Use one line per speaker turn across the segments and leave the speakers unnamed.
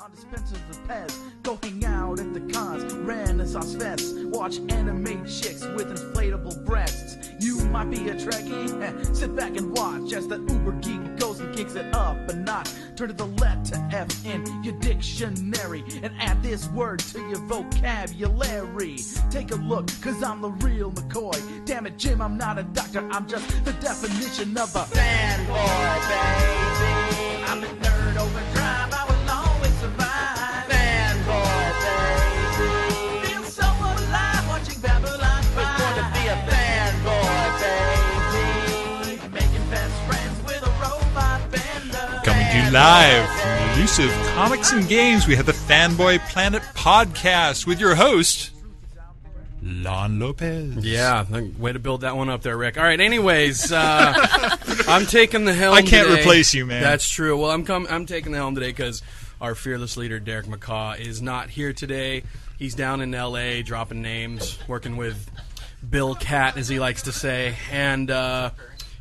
On dispensers of Pez, go hang out at the cons, Renaissance fests, watch anime chicks with inflatable breasts. You might be a Trekkie, heh, sit back and watch as the uber geek goes and kicks it up a notch. Turn to the letter F in your dictionary and add this word to your vocabulary. Take a look, cause I'm the real McCoy. Damn it, Jim, I'm not a doctor, I'm just the definition of a fanboy, baby. I'm a nerd overdrive, I will always survive. Fanboy, baby. Feel so alive watching Babylon 5. It's going to be a fanboy, baby. Making best friends with a robot bender.
Coming to you live from elusive comics and games, we have the Fanboy Planet podcast with your host, Lon Lopez.
Yeah, I think- way to build that one up there, Rick. All right. Anyways, uh, I'm taking the helm.
I can't
today.
replace you, man.
That's true. Well, I'm com- I'm taking the helm today because our fearless leader Derek McCaw is not here today. He's down in L.A. dropping names, working with Bill Cat, as he likes to say, and uh,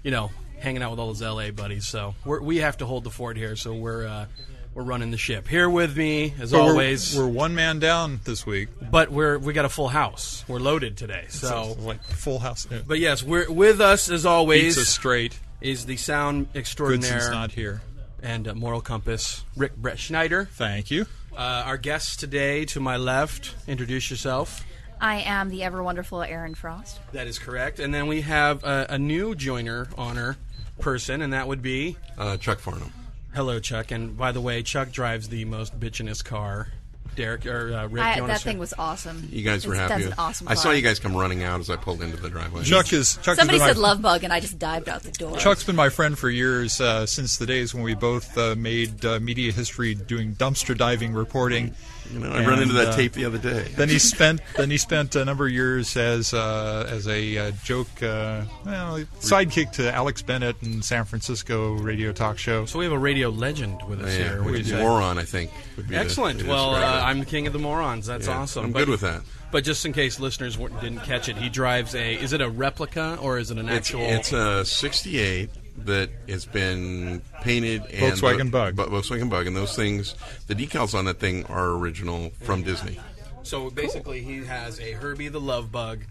you know, hanging out with all his L.A. buddies. So we're, we have to hold the fort here. So we're uh, we're running the ship. Here with me, as
But we're-
always,
we're, one man down this week.
but we're we got a full house. We're loaded today.
So,
So.
like full house. uh,
But yes, we're with us as always
Beats us straight.
is the sound
Goodson's
extraordinaire
not here.
and uh, moral compass, Rick Brett Schneider.
Thank you.
Uh, our guest today to my left, introduce yourself.
I am the ever wonderful Erin Frost.
That is correct. And then we have uh, a new joiner honor person, and that would be
Uh, Chuck Farnham.
hello Chuck. And by the way, Chuck drives the most bitchinest car. Derek or uh, Rick,
I,
you wanna
that
say-
thing was awesome.
You guys were
It's-
happy.
That's
with-
an awesome.
I saw
car.
you guys come running out as I pulled into the driveway.
Chuck is Chuck. has
Somebody
been my-
said love bug, and I just dived out the door.
Chuck's been my friend for years, uh, since the days when we both uh, made uh, media history doing dumpster diving reporting.
You know, I ran into
And,
that
uh,
tape the other day.
Then he spent then he spent a number of years as uh, as a uh, joke uh, well, sidekick to Alex Bennett in San Francisco radio talk show.
So we have a radio legend with us
yeah,
here. would you say?
moron, I think. would be the-
Excellent.
the
Well, uh,
descriptor.
I'm the king of the morons. That's
Yeah,
awesome.
I'm
But-
good with that.
But just in case listeners w- didn't catch it, he drives a. Is it a replica or is it an
It's,
actual?
it's a 68 that has been painted and
Volkswagen Bug.
Bu- Volkswagen Bug, and those things, the decals on that thing are original from Disney.
so basically, he has a Herbie the Love Bug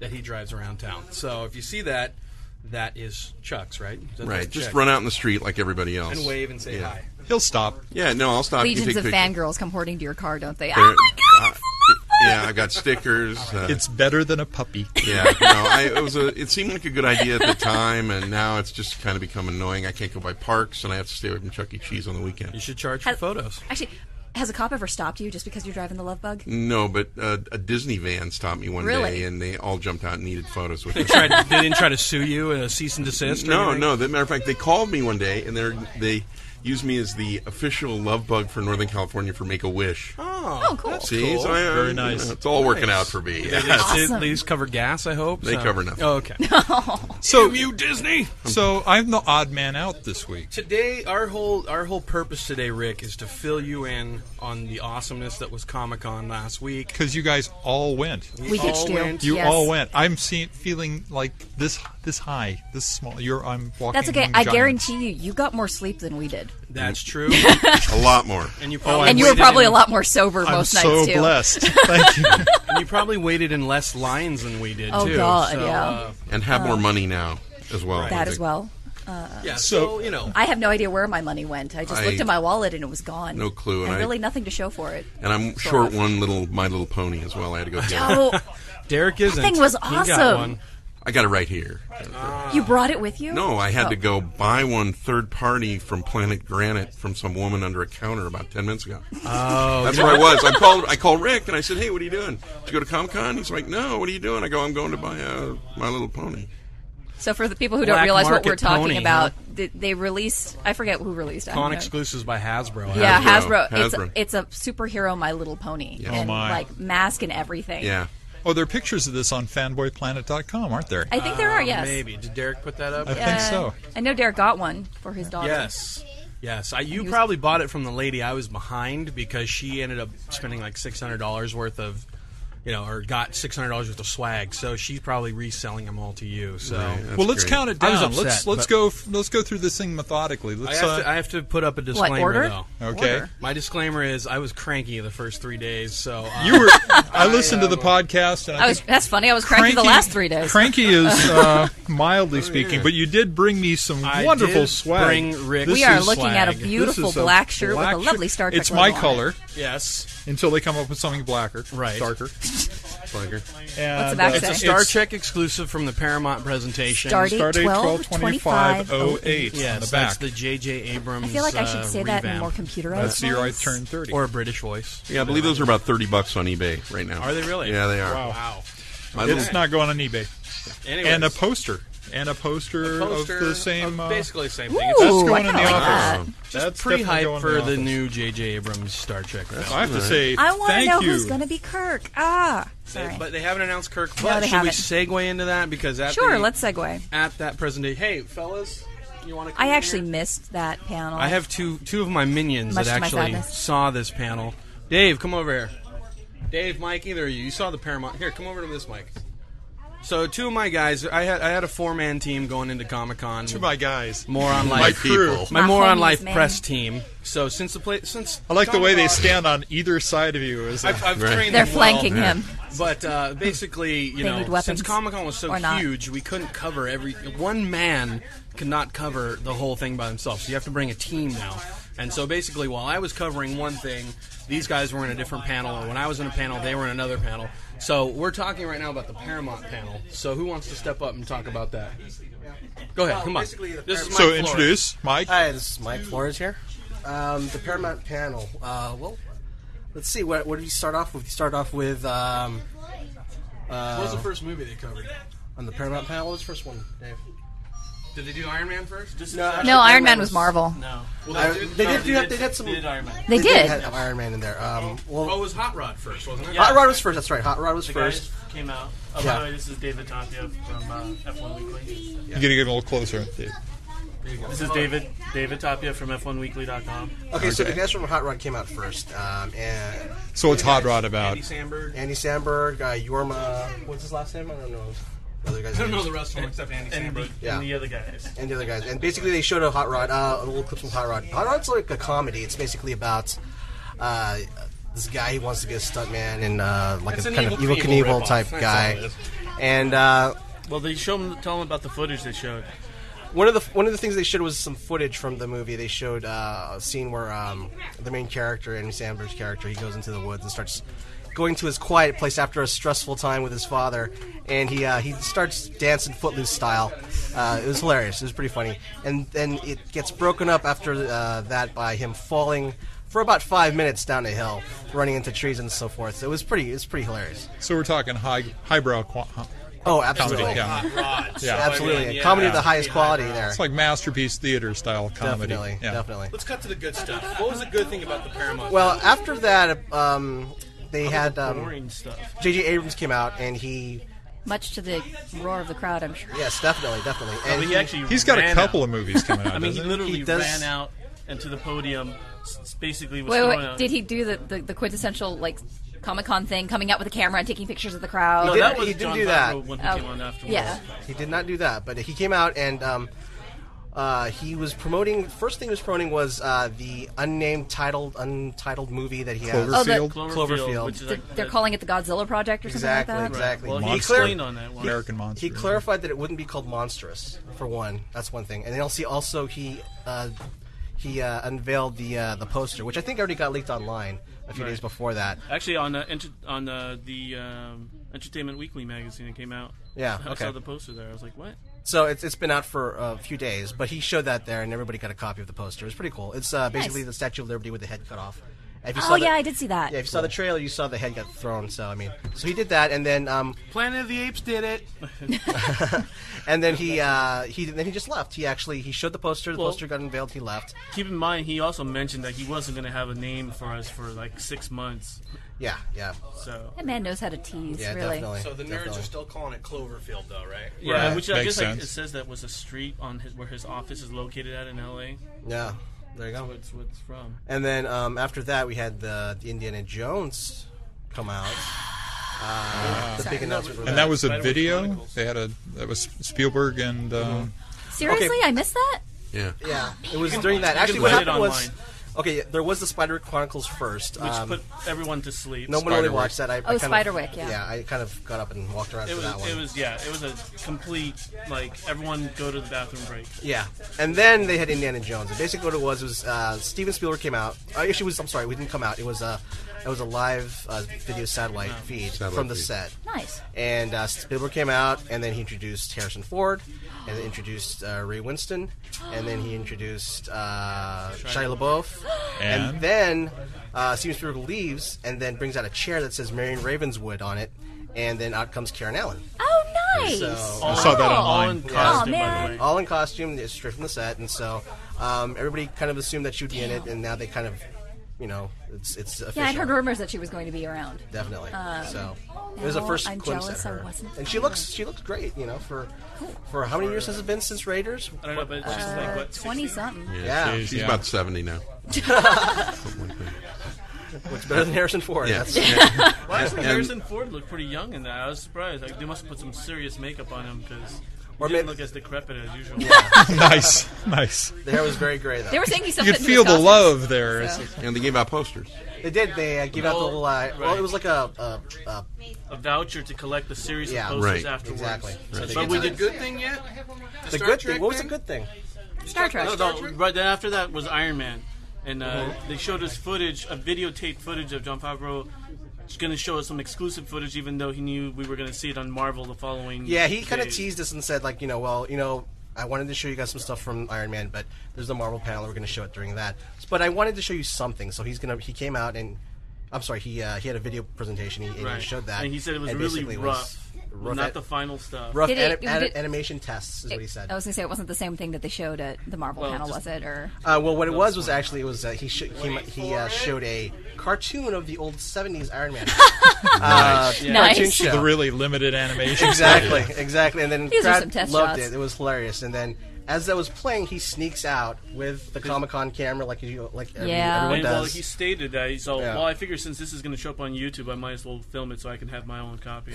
that he drives around town. So if you see that, that is Chuck's, right? That's
Right.
Chuck.
Just run out in the street like everybody else.
and wave and say
yeah.
hi.
He'll stop.
Yeah, no, I'll stop. you
Legions
take
of
pictures.
fangirls come hoarding to your car, don't they?
There-
Oh my god!
uh, yeah, I got stickers. Uh,
It's better than a puppy.
Yeah, no, I, it was a. It seemed like a good idea at the time, and now it's just kind of become annoying. I can't go by parks, and I have to stay away from Chuck E. Cheese on the
You
weekend.
should charge for
Has-
photos.
Actually, has a cop ever stopped you just because you're driving the love bug?
No, but uh, a Disney van stopped me one
Really?
day, and they all jumped out and needed photos with me.
Tried, they didn't try to sue you and a cease and desist. or
No,
anything?
no. As a matter of fact, they called me one day, and they they used me as the official love bug for Northern California for Make a Wish.
Oh,
Oh, cool.
See,
cool.
so I, uh,
Very
you know,
nice.
it's all working out for me.
They at least-
Awesome.
At least cover gas, I hope.
They
so.
cover nothing.
Oh, okay.
So
Damn you, Disney.
so I'm the odd man out this week.
Today, our whole our whole purpose today, Rick, is to fill you in on the awesomeness that was Comic Con last week.
Because you guys all went.
We ditched
all
you.
went-
You
Yes.
all went. I'm seeing, feeling like this this high, this small. You're I'm walking.
That's okay.
among
I
giants.
guarantee you, you got more sleep than we did,
That's true.
A lot more. Oh,
and you probably
and you were
waited
probably
in-
a lot more sober
I'm
most
so
nights too.
blessed. Thank you.
And you probably waited in less lines than we did.
Oh,
too.
God,
so,
yeah.
uh,
And have more money now as well. I
Oh. That as
think. Uh,
well.
yeah.
So-
So, you know,
I have no idea where my money went. I just
I-
looked at my wallet and it was gone.
No clue, and
And
I-
really nothing to show for it.
And I'm
Sort
short
of.
one little My Little Pony as well. I had to go get it.
Oh,
Derek isn't.
thing was
He got
awesome.
one.
I got it right here.
you brought it with you?
No, I had
Oh.
to go buy one third party from Planet Granite from some woman under a counter about ten minutes ago. Oh, that's where I was. I called. I called Rick and I said, "Hey, what are you doing? Did you go to Comic Con?" He's like, "No, what are you doing?" I go, "I'm going to buy uh, My Little Pony."
So for the people who
Black
don't realize what
market
we're talking
pony,
about,
huh?
th- they released. I forget who released. I don't
Con
know.
exclusives by Hasbro.
Yeah,
Hasbro.
Hasbro.
Hasbro.
It's, it's a superhero My Little Pony.
Yeah. Oh,
And
my.
like mask and everything.
Yeah,
Oh, there are pictures of this on fanboyplanet.com, aren't there?
I think there are, yes.
Maybe did Derek put that up?
I think so.
Uh, I know Derek got one for his daughter.
Yes. Yes, I, you probably bought it from the lady I was behind because she ended up spending like six hundred dollars worth of you know, or got six hundred dollars worth of swag. So she's probably reselling them all to you. So
That's
well, let's
great.
count it
I
down.
was
let's
upset,
let's
but-
go f- let's go through this thing methodically.
I
Let's
have, to,
uh,
I have to put up a
What
disclaimer
order?
though.
okay.
Order.
My disclaimer is I was cranky the first three days, so uh,
You were. I listened to the podcast, and I,
I was.
think
That's funny. I was cranky, the last three days.
Cranky is uh, mildly speaking, but you did bring me some
Oh, I
wonderful
did
swag.
bring Rick
This
we are
is-
looking at a
swag. This
beautiful
this is a
black shirt
black
with a lovely
shirt.
Star Trek.
It's my
logo on it.
color
yes,
until they come up with something blacker,
Right.
darker.
Slacker.
And,
the back
uh,
say?
it's a Star Trek exclusive from the Paramount presentation.
Stardate
Start date
12,
12-25-08
yes,
oh, on the
that's
back.
the J.J. Abrams.
oh, I feel like I
uh,
should say
revamp.
that in more computerized.
That's the year I
ways.
turned 30.
or a British voice.
Yeah, I believe those are about thirty bucks on eBay right now.
Are they really?
Yeah, they are.
Wow.
Wow.
My
it's
little-
not going on eBay.
Anyways,
And a poster. And a poster,
poster
of the same. uh,
basically the same
Ooh,
thing.
I
It's
going in
kinda
the
like
office.
that.
Um,
that's definitely
pretty hype
going in
for the
office.
new J.J. Abrams Star Trek film.
I have to say,
I want to
thank
know
you.
who's going to be Kirk. Ah, sorry.
They- But they haven't announced Kirk. But
they
should
haven't.
we segue into that because at
Sure,
the-
let's segue.
at that presentation. Hey, fellas, you want to?
I actually missed that panel.
I have two two of my minions
Oh. Much
that
to my
actually
sadness.
saw this panel. Dave, come over here. Dave, Mike, either of you. You saw the Paramount. Here, come over to this mic. So two of my guys, I had I had a four man team going into Comic Con.
to my guys.
Moron
my
life,
people.
my
My
moron
homies,
life
man.
press team. So since the play, since
I like the way they
Comic-Con-
stand on either side of you. Is
I've, I've
Right.
trained
They're
them well.
flanking him.
But uh, basically, you
They
know,
need weapons,
since Comic Con was so
or not.
huge, we couldn't cover every. One man could not cover the whole thing by themselves. So you have to bring a team now. And so basically, while I was covering one thing, these guys were in a different panel, and when I was in a panel, they were in another panel. So we're talking right now about the Paramount panel. So who wants to step up and talk about that? Go ahead, come on. This is Mike
so
Flores.
introduce Mike.
Hi, this is Mike Flores here. Um, the Paramount panel. Uh, well, let's see. What, what did you start off with? You start off with um, uh,
What was the first movie they covered?
on the Paramount panel. What was the first one, Dave?
Did they do Iron Man first?
no, Iron Man was Marvel.
no. Well,
I- they did do- they did some-
did Iron Man.
They did.
have Iron Man in there. Um,
Oh, it
well,
was Hot Rod first, wasn't it?
Hot Rod was first. That's right. Hot Rod was
The
first.
guys came out. Oh,
Yeah.
by the way, this is David Tapia from uh, F1 Weekly.
You gotta get a little closer.
This is David David Tapia from F1Weekly.com.
Okay, so the guys from Hot Rod came out first. Um, and
So what's Hot Rod about?
Andy Samberg.
Andy Samberg, uh, Yorma. What's his last name? I don't know. The other guys.
I don't know the rest of them except Andy
And the,
Samberg.
Yeah.
and the other guys.
and the other guys. And basically, they showed a Hot Rod, uh, a little clip from Hot Rod. Hot Rod's like a comedy. It's basically about uh, this guy who wants to be a stuntman and uh, like
It's
a
an
kind
Evil
of evil
Knievel
Knievel
ripoff.
type
That's all it
guy.
is.
And uh,
Well, they show them, tell them about the footage they showed.
one of the one of the things they showed was some footage from the movie. They showed uh, a scene where um, the main character, Andy Samberg's character, he goes into the woods and starts going to his quiet place after a stressful time with his father, and he uh, he starts dancing footloose style. Uh, it was hilarious. It was pretty funny, and then it gets broken up after uh, that by him falling. For about five minutes down a hill, running into trees and so forth. So it was pretty. It was pretty hilarious.
So we're talking high highbrow. Qua- huh?
Oh, absolutely,
Comedy, yeah. Yeah.
absolutely, comedy of the highest quality there.
It's like masterpiece theater style comedy.
Definitely,
Yeah.
definitely.
uh, Let's cut to the good stuff. What was the good thing about the Paramount?
Well, after that, um, they had um,
Boring stuff.
J.J. Abrams came out, and he
Much to the roar of the crowd, I'm sure.
yes, definitely, definitely, and
But he actually
He's got a
ran
couple
out.
of movies coming out.
I mean, he
doesn't he?
literally
He does-
ran out and to the podium. s- s- Basically, was
Wait,
thrown
wait, wait.
out.
Did he do the, the, the quintessential like Comic Con thing, coming out with a camera and taking pictures of the crowd?
No,
He
that
didn't-
was
he didn't
John
do that.
Favreau when he
Oh,
came on afterwards.
yeah.
he did not do that, but he came out and. Um, uh, he was promoting. First thing he was promoting was uh, the unnamed titled, untitled movie that he has.
Oh, the-
Cloverfield,
Cloverfield,
Cloverfield.
Which is
Th-
like
They're
the-
calling it the Godzilla Project or something
Exactly,
like that.
exactly.
Well, he
He
Monster.
explained on that one.
American Monster.
He clarified that it wouldn't be called monstrous for one. That's one thing, and then also also he uh, he uh, unveiled the uh, the poster, which I think already got leaked online a few days before that.
Actually, on uh, enter- on uh, the um, Entertainment Weekly magazine that came out.
Yeah,
I
okay.
saw the poster there. I was like, what?
So it's, it's been out for a few days, but he showed that there, and everybody got a copy of the poster. It's pretty cool. It's uh, basically the Statue of Liberty with the head cut off. If you
Oh
saw the-
yeah, I did see that.
Yeah, if you saw the trailer, you saw the head got thrown. So I mean, so he did that, and then um,
Planet of the Apes did it.
and then he uh, he then he just left. He actually he showed the poster. The
Well-
poster got unveiled. He left.
Keep in mind, he also mentioned that he wasn't going to have a name for us for like six months.
Yeah, yeah,
So,
That man knows how to tease,
yeah,
really.
definitely.
so the nerds
definitely.
are still calling it Cloverfield, though, right?
yeah,
Right.
which I
Makes
guess like, it
sense.
says that was a street on his, where his office is located at in LA.
yeah. There you go.
What's what's from?
And then um, after that, we had the, the Indiana Jones come out. the big announcement. for
And that was a
Spider-Man's
video.
Chronicles.
They had a that was Spielberg and uh,
Mm-hmm. Seriously,
Okay.
I missed that.
Yeah.
yeah,
Oh,
it was during that. Actually,
can
what
put it
happened was
online.
okay. yeah, There was the Spider Chronicles first.
which
um,
put everyone to sleep.
no one really
Spiderwick.
watched that. I, I
Oh,
kind of-
Spiderwick, yeah.
Yeah, I kind of got up and walked around
It
for
was.
that one.
It was. Yeah. It was a complete like everyone go to the bathroom break.
Yeah, and then they had Indiana Jones. And basically, what it was was uh, Steven Spielberg came out. Uh, actually, it was I'm sorry, we didn't come out. It was a it was a live uh, video satellite feed
Satellite
from the
feed.
set.
Nice.
And uh, Spielberg came out, and then he introduced Harrison Ford, and then introduced uh, Ray Winston, and then he introduced uh, Shia LaBeouf,
And?
then uh, Steven Spielberg leaves, and then brings out a chair that says Marion Ravenswood on it, and then out comes Karen Allen,
Oh, nice.
So-
I saw that
Oh.
All
online.
in costume, by
man.
the way.
all in costume, it's straight from the set, and so um, everybody kind of assumed that she would be in it, and now they kind of, you know, it's it's official.
yeah, I heard rumors that she was going to be around.
definitely. so it was the
now
1st
I'm
glimpse
jealous
at
I
her,
wasn't
and she looks she looks great, you know, for for how many years has it been since Raiders?
I don't know, but it's just like what
20
16?
something.
Yeah,
Jeez,
She's
yeah.
about 70 now. Something like that.
it's better than Harrison Ford.
Yeah.
That's,
yeah.
Well, actually,
And-
Harrison Ford looked pretty young in that. I was surprised. Like they must have put some serious makeup on him because he
Or
didn't
may-
look as decrepit as usual.
nice, nice.
the hair was very gray though.
They were saying something.
You could feel the love there. It's-
And they gave out posters.
They did. They uh, gave out the little. Uh, Well, it was like a, a, a
A voucher to collect the series
Yeah.
of posters
Right.
afterwards.
Exactly. Right.
But we did
good thing yet?
the
Star
good
Trek
thing. What was the
thing?
good thing?
Star Trek.
No, no, right then after that was Iron Man, and uh,
Uh-huh.
they showed us footage, a videotape footage of John Favreau. He's going to show us some exclusive footage, even though he knew we were going to see it on Marvel the following.
Yeah, he kind of
days.
teased us and said, like, you know, well, you know, I wanted to show you guys some stuff from Iron Man, but there's the Marvel panel. We're going to show it during that. But I wanted to show you something, so he's gonna. He came out and, I'm sorry, he uh, he had a video presentation. He, and he
Right.
showed that,
and he said it was
and
really
basically
rough,
was rough,
not
at-
the final stuff.
rough
Did it-
anim-
did it-
animation tests is what he said.
I was going to say it wasn't the same thing that they showed at the Marvel
Well,
panel,
just-
was it? Or
Uh, well, what it was was actually it was uh, he sh- he, he uh, showed a cartoon of the old '70s Iron Man uh, cartoon
Nice.
show.
The really limited animation.
Exactly, exactly. And then
These are
Brad
some test
loved
shots.
it. It was hilarious. And then as that was playing, he sneaks out with the Comic Con camera, like you, like every-
Yeah.
everyone
And well,
does.
he stated that he's all.
Yeah.
Well, I figure since this is going to show up on YouTube, I might as well film it so I can have my own copy.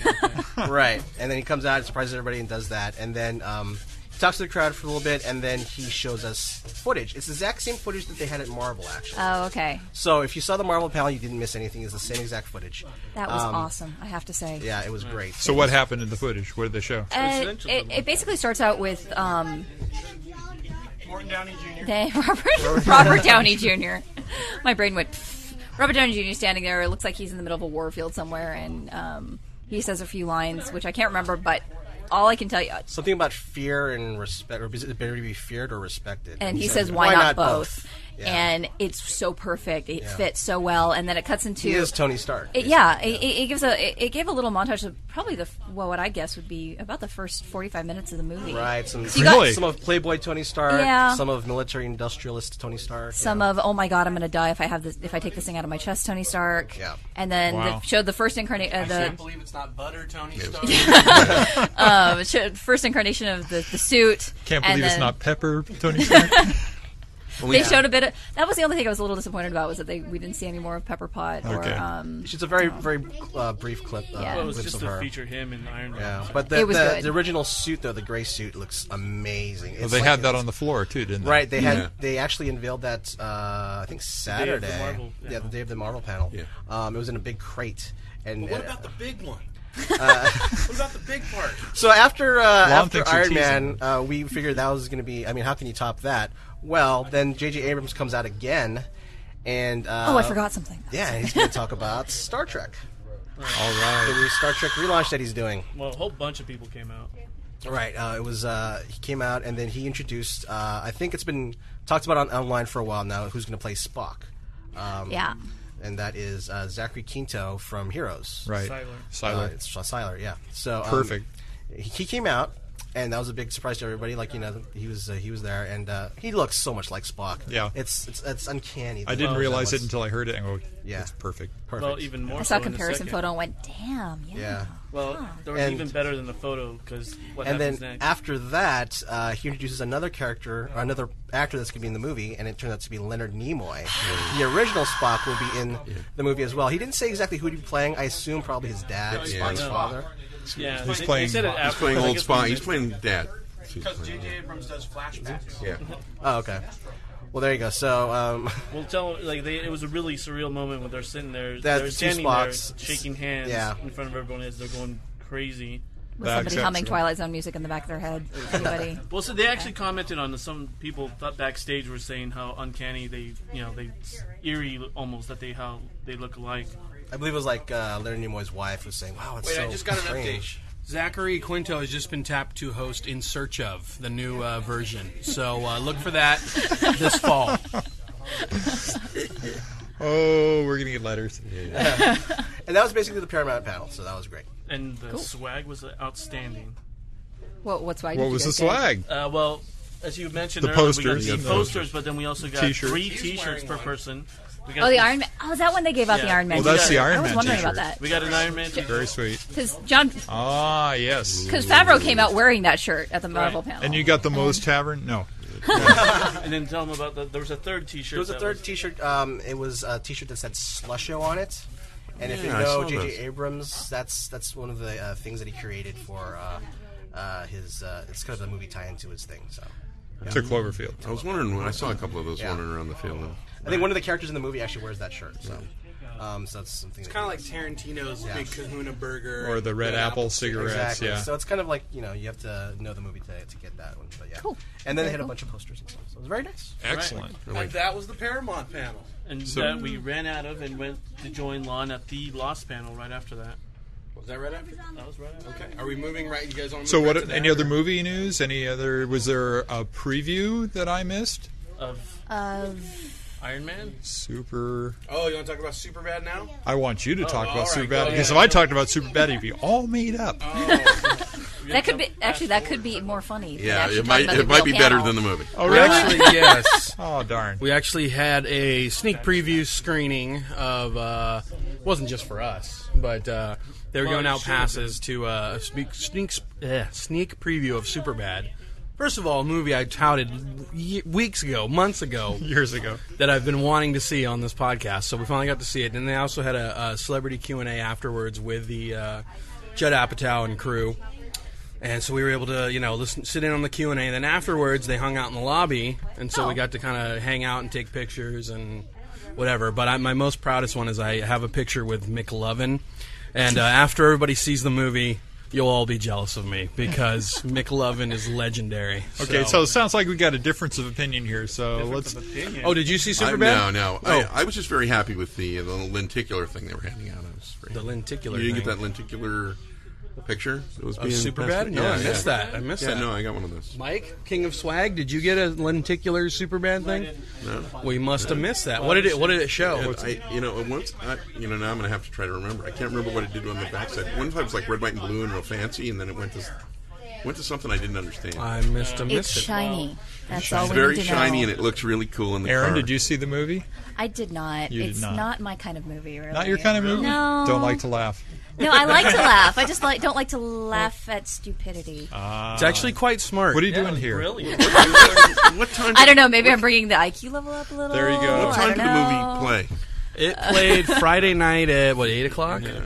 right. And then he comes out, and surprises everybody, and does that. And then um, he talks to the crowd for a little bit, and then he shows us footage. It's the exact same footage that they had at Marvel, actually.
oh, okay,
so if you saw the Marvel panel, you didn't miss anything. It's the same exact footage.
that was
Um,
awesome. I have to say.
Yeah, it was great.
So what happened in the footage? What did they show?
Uh,
Presidential
it, it basically starts out with um,
Morton Downey Jr.
they, Robert Robert Downey Jr. My brain went. Pff. Robert Downey Jr. standing there. It looks like he's in the middle of a war field somewhere, and um, he says a few lines, which I can't remember, but all I can tell you,
Something about fear and respect, or is it better to be feared or respected?
and he says, "Why, not, both?"
Yeah.
And it's so perfect. It
Yeah.
fits so well, and then it cuts into
He is Tony Stark.
It- yeah, it, it it gives a it, it gave a little montage of probably the f- well, what I guess would be about the first forty five minutes of the movie.
Right, some,
you got-
Really?
some of Playboy Tony Stark,
Yeah.
some of military industrialist Tony Stark.
Some of oh my god, I'm gonna die if I have this if I take this thing out of my chest, Tony Stark.
Yeah.
And then
Wow.
the, showed the first incarnation uh,
I can't
the
believe it's not butter, Tony Stark.
uh, showed first incarnation of the, the suit.
Can't
and
believe it's
then
not Pepper Tony Stark.
They showed a bit. of... That was the only thing I was a little disappointed about was that they we didn't see any more of Pepper Pot or
Okay.
um,
She's a very, very uh, brief clip. Uh,
Yeah.
Well, it was
clips
just
of
to
her.
feature him in Iron Man.
Yeah, but the,
It was
the,
good.
the original suit though, the gray suit looks amazing. It's
Well, they
like-
had that on the floor too, didn't they?
Right, they had
Yeah.
they actually unveiled that uh, I think
day of
Saturday.
the Marvel,
yeah.
yeah.
the day of the Marvel panel.
Yeah.
Um, it was in a big crate. And
What
uh,
about the big one? what about the big part?
so after uh, after
thinks you're
Iron Man,
teasing.
uh, we figured that was going to be. I mean, how can you top that? Well, then J.J. Abrams comes out again, and uh,
oh I forgot something.
Yeah, he's going to talk about Star Trek.
All
The
right.
new Star Trek relaunch that he's doing.
Well, a whole bunch of people came out.
Right. Uh, it was uh, he came out and then he introduced. Uh, I think it's been talked about on online for a while now. Who's going to play Spock? Um,
Yeah.
And that is uh, Zachary Quinto from Heroes.
Right.
Siler.
Uh,
Siler.
it's Siler. Yeah. So um,
Perfect.
He came out and that was a big surprise to everybody. Like you know, he was uh, he was there, and uh, he looks so much like Spock.
Yeah.
it's it's, it's uncanny.
I didn't
Well,
realize
that
it
was
until I heard it and go,
Yeah.
it's perfect.
perfect.
Well, even more.
I
so
saw a
in the
comparison
second.
photo and went, damn, yeah.
yeah.
Well, there was
And-
even better than the photo because what
And then
happens next?
after that, uh, he introduces another character, or another actor that's going to be in the movie, and it turns out to be Leonard Nimoy.
Hmm.
the original Spock will be in the movie as well. He didn't say exactly who he'd be playing. I assume probably his dad,
Yeah.
Spock's
Yeah.
father.
yeah, they, they
playing-
said it
he's
after,
playing
but I
old
guess
Spock.
when
He's
they-
playing Dad.
Because J.J. Abrams does flashbacks.
Yeah.
Oh, okay. Well, there you go. So, um,
Well, tell like they, it was a really surreal moment when they're sitting there,
That's
they're
two
standing
Spocks.
there, shaking hands
Yeah.
in front of everyone as they're going crazy.
With
That
somebody
accepts
humming
it.
Twilight Zone music in the back of their head. Everybody.
Well, so they actually commented on this. some people thought backstage were saying how uncanny they, you know, they it's eerie almost that they how they look alike.
I believe it was like uh, Leonard Nimoy's wife was saying, "Wow, it's
Wait,
so
I just got an
strange."
update.
Zachary Quinto has just been tapped to host In Search of the new uh, version. So uh, look for that this fall.
Oh, we're going to get letters.
And that was basically the Paramount panel, so that was great.
And the swag was outstanding.
What, what's why?
What was the swag?
Uh, well, as you mentioned,
The
earlier,
posters.
we got
Yeah,
the
the
posters, but then we also got
T-shirts.
three
He's
T-shirts
wearing
per
one.
person. We got
Oh, the
this-
Iron Man. Oh, is that when they gave out the
Yeah.
Iron Man?
Well, that's
shirt?
the Iron
I was
Man
wondering about
t-shirt.
that
We got an Iron Man. T-shirt.
Very sweet.
because John,
Ah, yes.
because Favreau came out wearing that shirt at the Marvel panel. Um,
And you got the Moe's Tavern? No.
And then tell them about the, there was a third T-shirt.
There was a
that
third T-shirt. Um, it was a T-shirt that said "Slusho" on it. And if you
Yeah, I
know
saw
J.J.
those.
Abrams, that's that's one of the uh, things that he created for uh, uh, his. Uh, it's kind of a movie tie into his thing. So
To Cloverfield.
I was wondering when I saw a couple of those
Yeah.
wandering around the field.
I think one of the characters in the movie actually wears that shirt. So, um, so that's something. It's
Kind of like Tarantino's Big Kahuna Burger.
Or the Red Apple cigarettes,
exactly.
yeah.
So it's kind of like you know you have to know the movie to, to get that one. But yeah.
Cool.
And then
Very
they had a
cool.
bunch of posters and stuff. So it was very nice.
Excellent.
And that was the Paramount panel.
and that we ran out of and went to join Lon at the Lost panel right after that.
Was that right after?
That was right. After.
Okay. Are we moving right? You guys want to
So,
move
what?
Right to
Any
that,
other
or-
movie news? Any other? Was there a preview that I missed?
Of
Of
Iron Man.
Super.
Oh, you want to talk about Superbad now?
I want
Oh,
you to talk about
all right,
Super
go
Bad because if
ahead.
I talked about Super Bad, it'd be all made up.
that could be actually that could be more funny. than
Yeah,
actually
it
talking
might
about
it might
real
be better
panel.
than the movie.
oh,
We
really?
actually, yes.
oh, darn.
We actually had a sneak preview screening of uh, wasn't just for us, but uh, they were
Well,
going
it
out
should have
passes to uh, a sneak sneak uh, sneak preview of Superbad. First of all, a movie I touted ye- weeks ago, months ago,
Years ago.
that I've been wanting to see on this podcast. So we finally got to see it, and they also had a, a celebrity Q and A afterwards with the uh, Judd Apatow and crew. And so we were able to, you know, listen, sit in on the Q and A. Then afterwards, they hung out in the lobby, and so
Oh.
we got to kind of hang out and take pictures and whatever. But I, my most proudest one is I have a picture with McLovin, and uh, after everybody sees the movie. You'll all be jealous of me because McLovin is legendary.
Okay, so it sounds like we got a difference of opinion here. So let's.
oh, did you see
I, no,
Superbad?
no.
Oh,
I, I was just very happy with the the lenticular thing they were handing out. I was very
the
happy.
lenticular.
You didn't get
thing.
that lenticular picture? It was
Of
being
Superbad?
passed-
No,
yeah,
I missed
yeah.
that. I missed
Yeah,
that.
no, I got one of those.
Mike, King of Swag, did you get a lenticular Superbad thing?
No.
We must have missed that. What did it? What did it show?
And I, you know, and once I, you know, now I'm gonna have to try to remember. I can't remember what it did on the backside. One time it was like red, white, and blue, and real fancy, and then it went to went to something I didn't understand.
I missed a
It's
missed it.
shiny. That's all
it's
we
very
need to
shiny,
know.
and it looks really cool in the
Aaron,
car.
did you see the movie?
I did not.
You did
it's
not.
my kind of movie, really.
Not your kind of movie.
No.
Don't like to laugh.
No, I like to laugh. I just like don't like to laugh at stupidity.
It's actually quite smart.
What are you doing here?
Brilliant.
What time?
I don't know. Maybe I'm bringing the IQ level up a little.
There you go.
I
What time did
don't
the
know.
movie play?
It played Friday night at what eight o'clock?
Okay,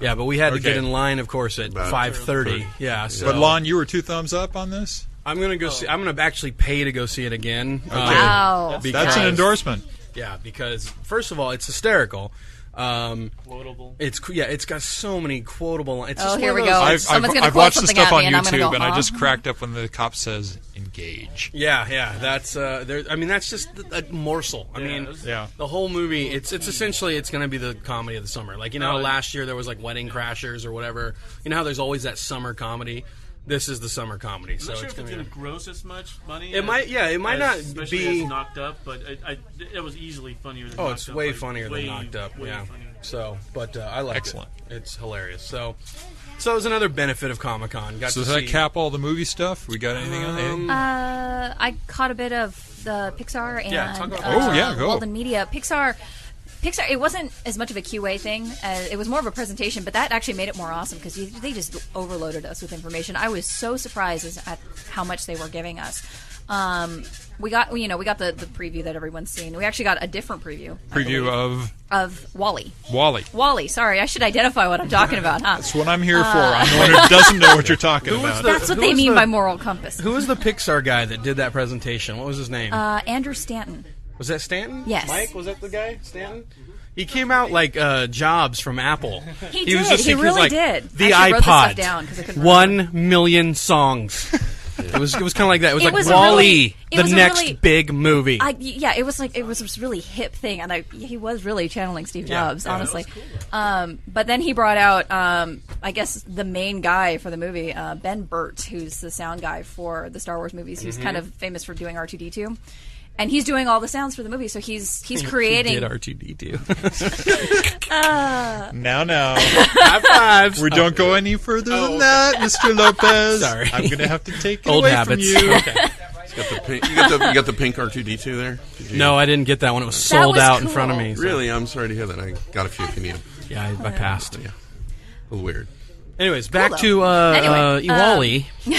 Yeah, but we had to
Okay.
get in line, of course, at
About
five thirty.
30.
Yeah, so
But Lon, you were two thumbs up on this.
I'm gonna go see. I'm gonna actually pay to go see it again. Um,
Wow.
because-
That's an endorsement.
Yeah, because first of all, it's hysterical. Um,
Quotable.
it's c- yeah, it's got so many quotable lines. It's
Oh,
just
here
one
we
of those-
go.
I've, I've,
Someone's gonna
I've
quote
watched the
something
stuff
at
on
me and I'm
YouTube,
gonna
and,
go,
I
huh?
just cracked up when the cop says engage.
Yeah, yeah, that's uh, there. I mean, that's just a morsel. I mean,
Yeah.
the whole movie. It's it's essentially it's going to be the comedy of the summer. Like you know, how last year there was like Wedding Crashers or whatever. You know how there's always that summer comedy. This is the summer comedy, so
I'm not sure
it's
if it's
going
going
to
to
be.
gross as much money.
It
as-
might, yeah, it
as-
might not
especially
be.
as knocked up, but I, I, it was easily funnier. Than
Oh,
knocked
it's
up,
way
like,
funnier
way-
than knocked up.
way
yeah.
funnier.
So, but uh, I like
Excellent.
it. It's hilarious. So, So it was another benefit of Comic Con. Got
So
to
does that
see-
cap all the movie stuff? We got anything on it?
Uh, I caught a bit of the Pixar and
Yeah, talk about
uh,
Pixar. Oh, yeah, go.
Walden Media. Pixar, Pixar. It wasn't as much of a QA thing. As, it was more of a presentation, but that actually made it more awesome because they just overloaded us with information. I was so surprised as, at how much they were giving us. Um, we got you know we got the, the preview that everyone's seen. We actually got a different preview I
Preview
believe,
of
of Wally.
Wally.
Wally, sorry, I should identify what I'm talking about, huh?
That's what I'm here for. I'm
Uh,
the one who doesn't know what you're talking
Who was
about.
the-
That's what
who
they
was
mean
the-
by moral compass.
Who was the Pixar guy that did that presentation? What was his name?
Uh, Andrew Stanton.
was that Stanton?
Yes.
Mike, was that the guy? Stanton?
He came out like uh, Jobs from Apple.
He,
was
did.
just
he
was
really
like,
did.
The
I actually wrote this
iPod.
stuff down 'cause I couldn't remember.
One million songs. it was. It was kind of like that. It was
It
like
was a
Wally,
really- it
the
was a
next
really-
big movie.
I, yeah, it was like it was this really hip thing, and I, he was really channeling Steve
Yeah,
Jobs,
yeah.
honestly. um, but then he brought out, um, I guess, the main guy for the movie, uh, Ben Burt, who's the sound guy for the Star Wars movies. He's
Mm-hmm.
kind of famous for doing R two D two, and he's doing all the sounds for the movie. So he's he's
He
creating. Ah.
did R two D two. High
Now, now.
fives.
We don't go any further than that, Mr. Lopez.
Sorry.
I'm going to have to take it
Old
away
habits.
from you.
Okay.
Got the pink, you, got the, you got the pink R2D2 there? Did you-
No, I didn't get that one. It was
That
sold
was
out in
cool.
front of me. so-
Really? I'm sorry to hear that. I got a few if you need 'em.
Yeah, I, I passed.
Yeah. A little weird.
Anyways, back
though.
to uh,
Anyway, um,
uh, Wally.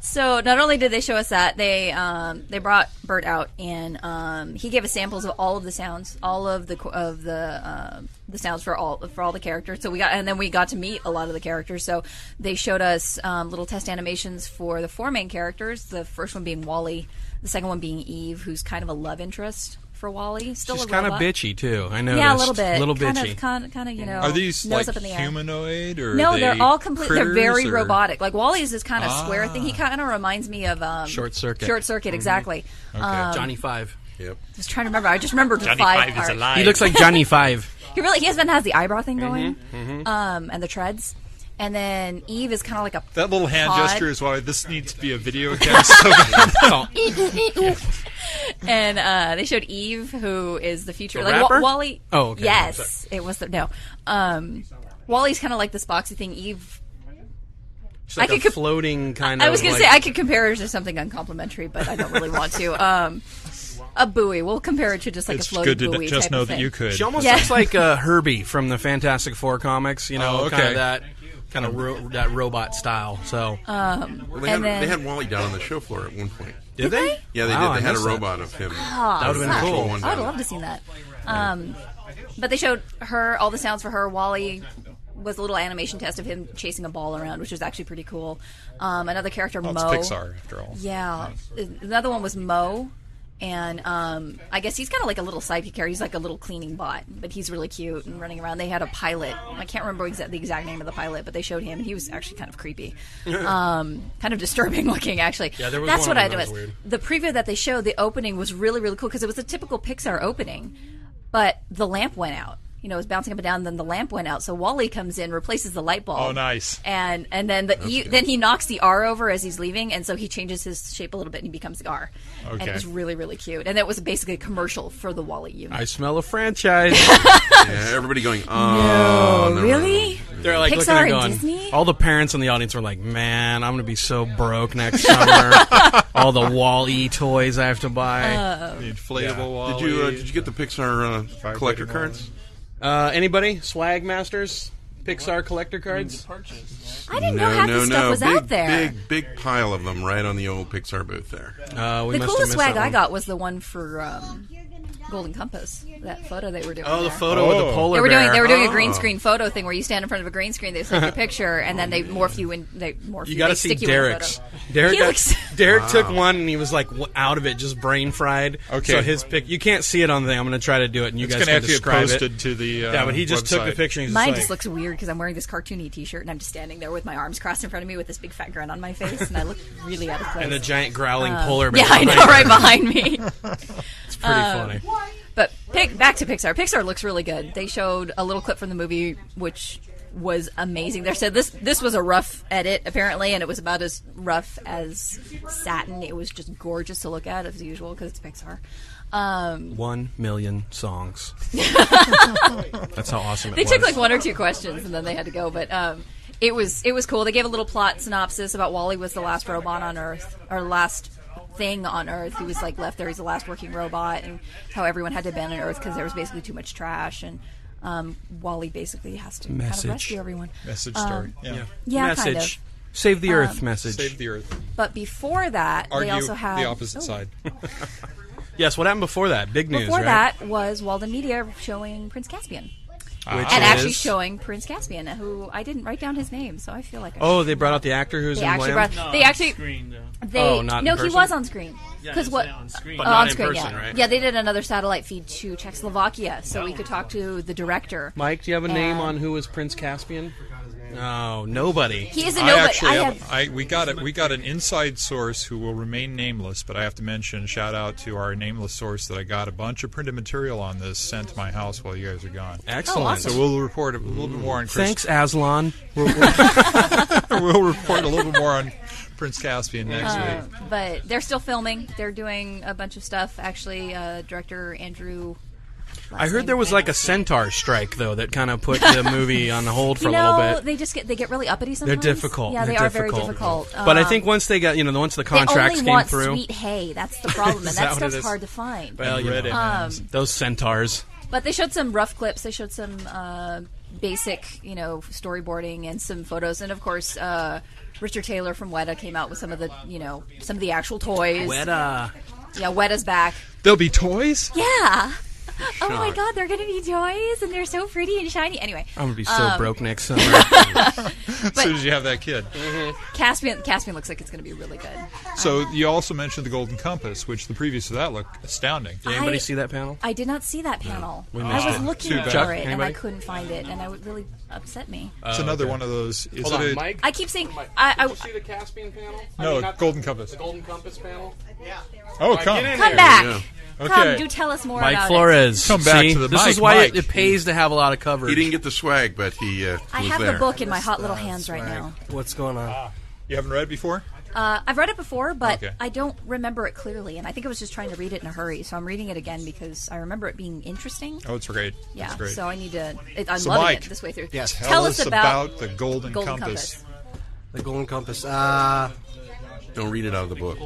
So not only did they show us that, they um, they brought Bert out and um, he gave us samples of all of the sounds, all of the qu- of the um the sounds for all for all the characters. So we got and then we got to meet a lot of the characters. So they showed us um, little test animations for the four main characters. The first one being Wally, the second one being Eve, who's kind of a love interest for Wally. Still
She's
a
kind of
robot.
bitchy too. I know.
Yeah, a little bit.
Little
kind
bitchy.
Of, kind, kind of, you know.
Are these like
nose up in the air.
humanoid or
No,
are
they,
they
are all completely. They're
critters,
very
or-
robotic. Like Wally's is kind of square
Ah. Mm-hmm.
thing. He kind of reminds me of um,
Short Circuit. Mm-hmm.
Short circuit, exactly. Um,
Johnny Five.
Yep.
I was trying to remember. I just remembered the five. part.
He looks like Johnny Five.
He really he has been has the eyebrow thing going,
Mm-hmm.
um, and the treads, and then Eve is kind of like a
That little hand
pod.
gesture is why this needs to be a video again. So bad.
and uh, they showed Eve, who is the future.
The
like Wa-
rapper?
Wally.
Oh, okay. I'm
yes, it was the no. Um, Wally's kind of like this boxy thing. Eve.
She's like
I
a
could comp-
floating kind of.
I was gonna
like,
say I could compare her to something uncomplimentary, but I don't really want to. Um, a buoy. We'll compare it to just like
it's
a floating
good to
buoy.
just
type
know
of
that
thing.
you could.
She almost
Yeah.
looks like uh, Herbie from the Fantastic Four comics. You know,
Oh,
kind
okay.
of that kind of ro- that robot style. So
Well, they, had,
Um, And then-
they had Wally down on the show floor at one point.
did they?
Yeah, they
Wow, I
did. They had a
missed that.
robot of him.
Ah,
That would have
Actual
been cool.
one
Oh, I would have
down.
loved to seen that. Um, but they showed her all the sounds for her. Wally was a little animation test of him chasing a ball around, which was actually pretty cool. Um, another character,
Well, Oh, it's
Mo.
Pixar after all.
Yeah. Uh, Another one was Mo, and um, I guess he's kind of like a little sidekick character. He's like a little cleaning bot, but he's really cute and running around. They had a pilot. I can't remember exa- the exact name of the pilot, but they showed him. He was actually kind of creepy, um, kind of disturbing looking, actually.
Yeah, there was
That's
one
what
of
I
them that
noticed.
was weird.
The preview that they showed, the opening was really, really cool because it was a typical Pixar opening, but the lamp went out. You know, it was bouncing up and down, and then the lamp went out. So Wally comes in, replaces the light bulb.
Oh, nice.
And and then the you, then he knocks the R over as he's leaving, and so he changes his shape a little bit and he becomes the R. And
Okay.
it was really really cute, and it was basically a commercial for the Wally unit.
I smell a franchise.
Yeah, everybody going, oh, no, no, no."
really?
They're like
Pixar
looking at
and
going.
Disney?
All the parents in the audience were like, "Man, I'm gonna be so broke next summer. all the Wall-E toys I have to buy."
Um,
The inflatable Wally.
Did you uh, did you get the Pixar uh,
Vibrating
collector
Wally.
cards?
Uh, anybody? Swag Masters? Pixar collector cards?
I didn't know half this stuff was
big,
out there.
Big big pile of them right on the old Pixar booth there.
Uh, we
the
must have
coolest
missed
swag
that
I
one.
got was the one for um, Golden Compass. That photo they were doing.
Oh, the
there.
photo of the
Oh.
polar
They were
bear.
doing they were doing a green
Oh.
screen photo thing where you stand in front of a green screen, they take your picture, and then they morph you in. They morph
You
got to
see Derek's. Derek,
He
got-
looks-
Derek took one and he was like w- out of it, just brain fried.
Okay.
So his pic, you can't see it on the thing. I'm going to try to do it, and you
It's
guys
going to
can
have to get
describe
posted
it.
to the. Uh,
yeah, but he just took the
website.
picture. And he's
Mine
like,
just looks weird because I'm wearing this cartoony T-shirt and I'm just standing there with my arms crossed in front of me with this big fat grin on my face and I look really out of place. Um,
and the giant growling polar bear.
yeah, I know,
behind
right
him.
behind me. Um,
It's pretty funny.
But pick, back to Pixar. Pixar looks really good. They showed a little clip from the movie, which was amazing. They said this this was a rough edit apparently, and it was about as rough as satin. It was just gorgeous to look at as usual because it's Pixar. Um,
One million songs. That's how awesome it
they
was.
took like one or two questions and then they had to go, but um, it was it was cool. They gave a little plot synopsis about Wally was the last robot on Earth or last thing on Earth. He was like left there. He's the last working robot, and how everyone had to abandon Earth because there was basically too much trash and. Um, Wally basically has to kind
Message.
of rescue everyone. Um,
Message story. yeah.
Yeah,
message.
kind of.
Save the earth message.
Save the earth.
But before that,
Argue
they also had
the opposite
Oh.
side.
yes, what happened before that? Big news,
Before
right? Ah.
that was Walden Media showing Prince Caspian.
Which
and actually
is-
showing Prince Caspian, who I didn't write down his name, so I feel like I
Oh,
should.
they brought out the actor who's
They
in
actually
Wham?
brought.
No,
they
on
actually.
screen, though.
They,
Oh, not in
no, he
person?
was on screen.
Yeah,
Because
it's
what?
on screen.
oh,
But not
on
in
screen,
person,
yeah.
right?
Yeah, they did another satellite feed to Czechoslovakia, so we could talk to the director.
Mike, do you have a name
And-
on who was Prince Caspian?
Oh,
No, nobody.
he is a
I
nobody.
actually,
I
have,
have
I we got it. We got an inside source who will remain nameless, but I have to mention shout out to our nameless source that I got a bunch of printed material on this sent to my house while you guys are gone.
Excellent.
So we'll report a little bit more on Chris.
Thanks, Aslan.
We'll report a little bit more on Prince Caspian next
Uh,
week.
um, but they're still filming. They're doing a bunch of stuff. Actually, uh, director Andrew.
I heard there was like a centaur strike though that kind of put the movie on hold for
You
a
know,
little bit.
they just get they get really uppity
They're
sometimes.
difficult.
Yeah,
They're
they are very difficult.
But I
Um,
think once they got, you know, once the contracts
they only
came
want
through,
sweet hay. That's the problem,
Is
and
that
that
what it
stuff's
is?
hard to find. Um,
well, you
Read
know,
it.
those centaurs.
But they showed some rough clips. They showed some uh, basic, you know, storyboarding and some photos, and of course, uh, Richard Taylor from Weta came out with some of the, you know, some of the actual toys.
Weta.
Yeah, Weta's back.
There'll be toys.
Yeah. Oh my God, they're gonna be toys, and they're so pretty and shiny. Anyway, um,
I'm gonna be so broke next summer.
As soon as you have that kid.
Mm-hmm. Caspian Caspian looks like it's gonna be really good.
So you also mentioned the Golden Compass, which the previews to that look astounding.
Did anybody
I-
see that panel?
I did not see that panel.
we missed
I was
it.
looking
Too
for
bad. Uh,
Chuck,
it and I
anybody?
couldn't find it, and I would really upset me.
It's another one of those. Is
Oh, Hold
it
on,
a-
Mike.
I keep saying
Mike,
I, I
did you see the Caspian panel? I
No,
mean, not-
Golden Compass.
The Golden Compass panel.
Oh,
Mike,
come.
get in
come
there.
back.
Yeah.
Come,
Okay.
do tell us more
Mike
about it.
Flores.
Come back
See?
to the
This
mic,
is why
Mike.
it, it pays to have a lot of coverage.
He didn't get the swag, but he uh,
I
was
have
there.
the book in my hot little
Uh,
hands right
swag.
now.
What's going on?
Ah.
You haven't read it before?
Uh, I've read it before, but
Okay.
I don't remember it clearly, and I think I was just trying to read it in a hurry. So I'm reading it again because I remember it being interesting.
Oh, it's great.
yeah,
It's great.
so I need to. It, I'm
So,
loving
Mike,
it this way through.
Yes.
tell,
Tell
us
about, the Golden,
Golden
Compass.
Compass.
the Golden Compass. Uh,
Don't read it out of the book.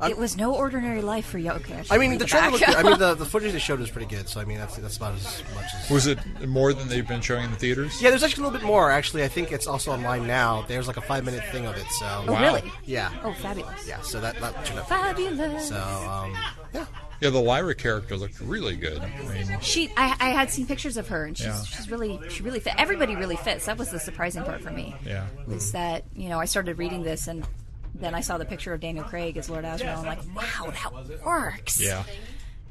It was no ordinary life for you. Okay, should
I mean,
read
the
it
trailer.
back.
Looked, good. I mean, the, the footage they showed was pretty good. So I mean, that's that's about as much as.
Was it more than they've been showing in the theaters?
Yeah, there's actually a little bit more. Actually, I think it's also online now. There's like a five minute thing of it. So
oh, really?
yeah,
Oh, fabulous.
yeah. So that that turned out.
Fabulous.
So um, yeah,
Yeah, the Lyra character looked really good. I mean,
She, I, I had seen pictures of her, and she's,
Yeah.
she's really, she really fit. Everybody really fits. That was the surprising part for me.
yeah.
is that you know I started reading this and then I saw the picture of Daniel Craig as Lord Asriel. I'm like, wow, that works.
Yeah.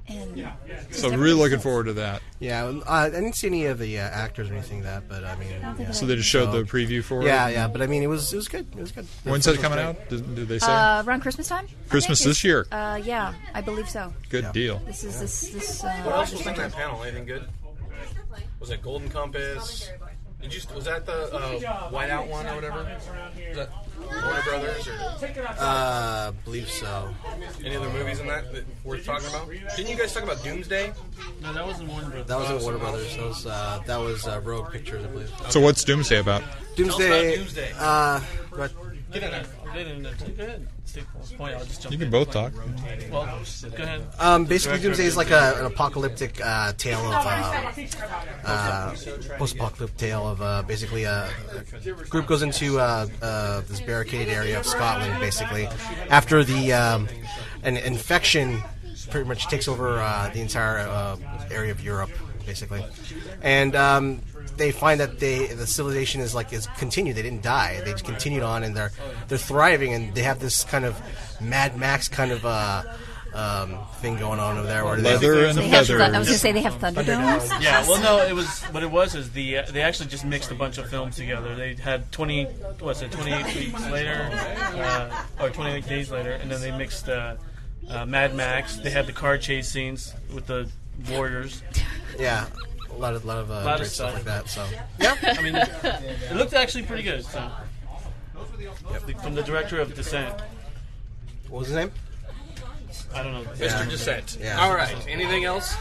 And just
So, really
everything
looking
fits.
forward to that.
yeah. and, uh, I didn't see any of the uh, actors or anything like that, but I mean, yeah.
So, they just showed the preview for
yeah,
it?
yeah. But I mean, it was it was good. It was good. The
When's
first
that
one was
coming
great.
out? Did, did they say?
Uh, around Christmas time. I think
Christmas
it's-
this year.
Uh, yeah, I believe so.
good deal.
This is this this.
What
Uh,
else was in that panel? Anything good? Was it Golden Compass? Did you? Was that the uh, Whiteout one or whatever? Was that Warner Brothers or
Uh, believe so.
any other movies in that that worth talking about? Didn't you guys talk about Doomsday?
No, that wasn't Warner Brothers.
That was at Warner Brothers. That was uh, that was uh, Rogue Pictures, I believe.
So, what's Doomsday about?
Doomsday.
Doomsday.
Uh, right.
Get in there. Get in there. Go ahead. Stick full point. I'll just jump
You can
in.
both talk.
Well, go ahead.
Um, basically, Doomsday is like a, an apocalyptic uh, tale of uh, uh, post-apocalyptic tale of uh, basically a, a group goes into uh, uh, this barricaded area of Scotland, basically after the um, an infection pretty much takes over uh, the entire uh, area of Europe, basically, and um, they find that they the civilization is like is continued. They didn't die. They continued on, and they're they're thriving, and they have this kind of Mad Max kind of. Uh, um, thing going on over there. Where they-
Leather and
they have,
feathers.
thu- I was gonna say they have thunderdomes.
Yeah, well, no, it was what it was is the uh, they actually just mixed a bunch of films together. They had twenty, what's it, twenty eight weeks later, uh, or twenty eight days later, and then they mixed uh, uh, Mad Max. They had the car chase scenes with the warriors.
Yeah, a lot of lot of, uh,
lot of
great stuff
stuff.
like that. So
I mean, it, it looked actually pretty good. So. From the director of Descent,
what was his name?
I don't know.
Mr. Descent.
Yeah. Um,
All right. Anything else?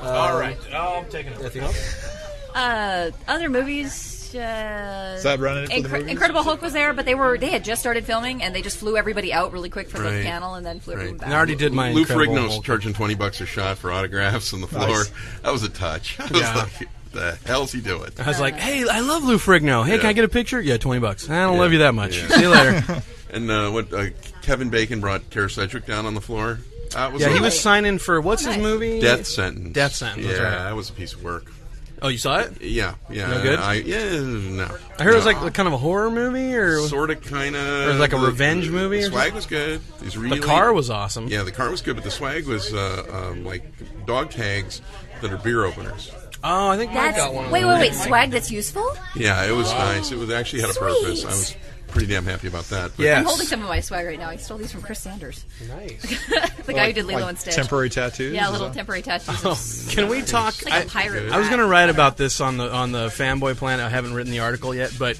All right.
Oh, I'm taking it.
Anything else?
Uh, other movies. Uh,
Is that running it for the
Incre-
movies?
Incredible Hulk was there, but they were they had just started filming and they just flew everybody out really quick for the
Right.
panel and then flew
Right.
everyone back.
I already did my
Lou
Incredible
Ferrigno's
Hulk.
charging twenty bucks a shot for autographs on the floor.
Nice.
That was a touch. I was
Yeah.
like, the hell's he doing?
I was like, "Hey, I love Lou Ferrigno. Hey, can
Yeah.
I get a picture? Yeah, twenty bucks. I don't love you that much. See you later."
And uh, what uh, Kevin Bacon brought Kara Sedgwick down on the floor. That was
yeah,
a
he was signing for what's his
Nice.
movie?
death sentence.
Death sentence,
Yeah,
that's right.
that was a piece of work.
Oh, you saw it?
Yeah, yeah.
No good?
I, yeah, no.
I heard it was
No.
like kind of a horror movie, or
sort of, kind
Or
of
like a revenge movie
The
or
swag was good. These
the
really,
car was awesome.
Yeah, the car was good, but the swag was uh, um, like dog tags that are beer openers.
Oh, I think Mike
That's
got one. of
wait,
those.
wait, wait. Swag that's useful.
Yeah, it was nice. It was actually had a
Sweet.
purpose. I was pretty damn happy about that. But
Yeah.
I'm holding some of my swag right now. I stole these from Chris Sanders,
Nice.
the guy who did Lilo and Stitch.
Temporary tattoos.
yeah,
Is
little
that-
temporary tattoos.
Oh, can we talk?
It's like a pirate.
I
I was
hat.
going to write about this on the on the fanboy planet. I haven't written the article yet, but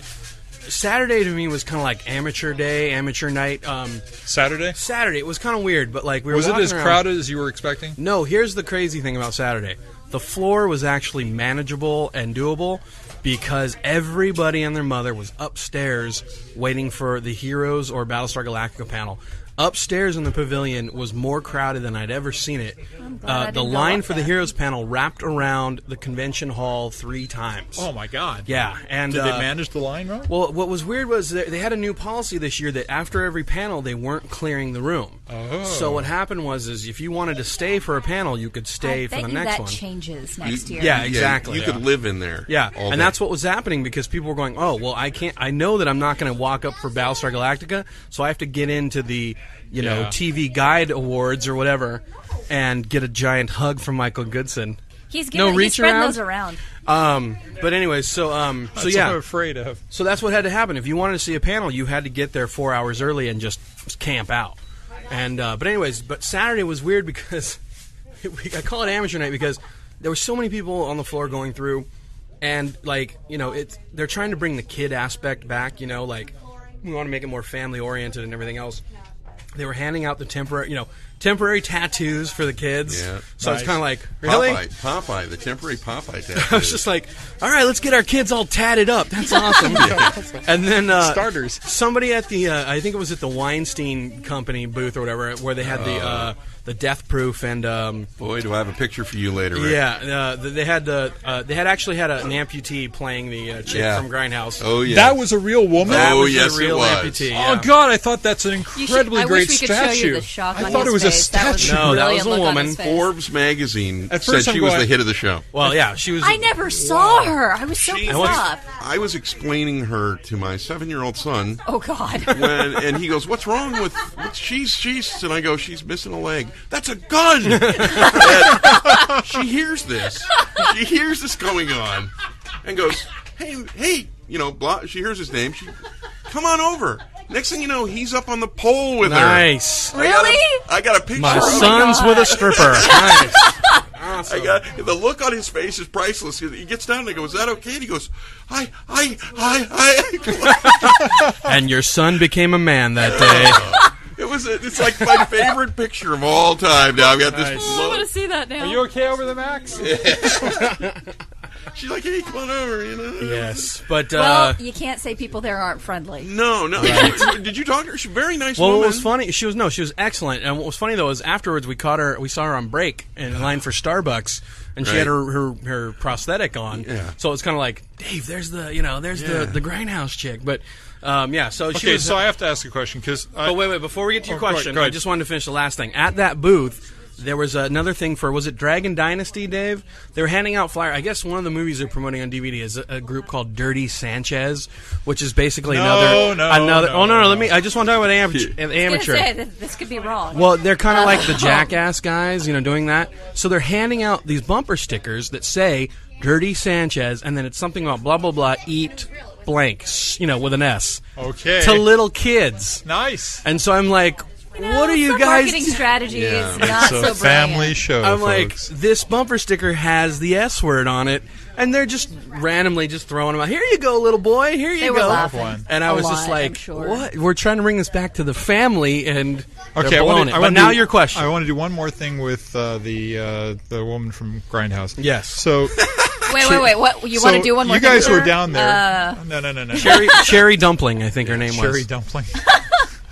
Saturday to me was kind of like amateur day, amateur night. Um,
Saturday.
Saturday it was kind of weird, but like we were
Was it
walking
as
around-
crowded as you were expecting?
No, here's the crazy thing about Saturday. The floor was actually manageable and doable because everybody and their mother was upstairs waiting for the Heroes or Battlestar Galactica panel. Upstairs in the pavilion was more crowded than I'd ever seen it.
glad I
Uh, the
didn't go
line
up
for the
there.
Heroes panel wrapped around the convention hall three times.
Oh, my God.
Yeah, and
Did
uh,
they manage the line wrong?
well, what was weird was that they had a new policy this year that after every panel they weren't clearing the room.
Oh.
So what happened was is if you wanted to stay for a panel, you could
I
stay for
bet
the
you
next
that
one.
changes next year.
Yeah, exactly.
You could live in there.
yeah,
all
and
day.
that's what was happening because people were going, "Oh, well, I can't. I know that I'm not going to walk up for Battlestar Galactica, so I have to get into the, you know,
Yeah.
TV Guide Awards or whatever, and get a giant hug from Michael Goodson."
He's
No
giving
reach
he's spreading
around?
those around.
Um, but anyway, so um, so
That's what
yeah,
I'm afraid of.
So that's what had to happen. If you wanted to see a panel, you had to get there four hours early and just camp out. And uh, but anyways, but Saturday was weird because I call it amateur night because there were so many people on the floor going through, and like you know, it's they're trying to bring the kid aspect back. You know, like we want to make it more family oriented and everything else. They were handing out the temporary, you know, temporary tattoos for the kids.
Yeah.
So
Nice.
it's kind of like really.
Popeye, Popeye, the temporary Popeye.
I was just like, all right, let's get our kids all tatted up. That's awesome. And then uh,
Starters.
Somebody at the uh, I think it was at the Weinstein Company booth or whatever, where they had the uh, the death proof and um,
boy, do I have a picture for you later? Rick.
yeah, uh, th- they had the uh, they had actually had a, an amputee playing the uh, chick
Yeah.
from Grindhouse.
Oh yeah.
That was a real woman.
That
Oh,
was
yes,
a
it
real
was.
amputee.
Oh
yeah.
God! I thought that's an
You should-
incredibly
I
great
wish we could
statue.
show you the shock
I
on
thought
his
it was
face.
a statue.
No, that was
brilliant
a
look on
woman.
his face.
Forbes magazine
At
said
first
she
I'm
was
going-
the hit of the show.
Well, yeah, she was.
I never saw her. I was so
She-
pissed
I was-
off.
I was explaining her to my seven-year-old son,
Oh God.
when, and he goes, "What's wrong with what, she's she's?" And I go, "She's missing a leg. That's a gun." And she hears this. She hears this going on, and goes, "Hey, hey!" You know, blah, she hears his name. She, come on over. Next thing you know, he's up on the pole with
nice.
her. I got a-
Really?
I got a picture.
My
of him.
son's with a stripper. nice.
I got the look on his face is priceless. He he gets down and I go, "Is that okay?" And he goes, "I, I, I,
And your son became a man that day.
I." it was. A, it's like my favorite picture of all time. Now I've got this.
I want to
Look.
see that now.
okay over the max?
She's like, "Hey, come on over." You know.
yes, but
well,
uh,
you can't say people there aren't friendly.
No, no. Did you talk to her? She's a very nice
Well,
woman.
what was funny? She was no, she was excellent. And what was funny though is afterwards we caught her, we saw her on break in line for Starbucks, and she had
Right.
her, her her prosthetic on.
Yeah.
So it's kind of like Dave, there's the you know there's
Yeah.
the the grindhouse chick, but um, yeah. So she
Okay,
was.
so I have to ask a question because.
but wait, wait. Before we get to your
Oh, go ahead,
question,
go
I
ahead.
just wanted to finish the last thing. At that booth, there was another thing for was it Dragon Dynasty, Dave? They were handing out flyer. I guess one of the movies they're promoting on DVD is a, a group called Dirty Sanchez, which is basically
No,
another
no,
another.
no,
oh no, no, let
no.
me. I just want to talk about am-
I was
amateur.
gonna say that this could be wrong.
Well, they're kind of like the jackass guys, you know, doing that. So they're handing out these bumper stickers that say "Dirty Sanchez," and then it's something about blah blah blah. Eat blank, s- you know, with an S
Okay.
to little kids.
nice.
And so I'm like,
know,
What are you
some
guys
Marketing
do-
strategy
Yeah.
is not
it's
so
a
brilliant.
family show.
I'm
folks.
like, this bumper sticker has the S word on it, and they're just randomly just throwing them out. Here you go, little boy. Here you
They
go.
were laughing.
one.
And I
a
was
lot,
just
I'm
like,
sure.
what? We're trying to bring this back to the family, and
Okay,
they're
I
blowing
want
it.
to. I
but
wanna
now
do,
your question.
I want to do one more thing with uh, the uh, the woman from Grindhouse.
Yes.
So
Wait, wait, wait. What you want
so
to do one more?
You guys
thing,
were
sir?
down there.
Uh,
no, no, no, no.
Cherry, Cherry Dumpling, I think her name
Cherry
was.
dumpling.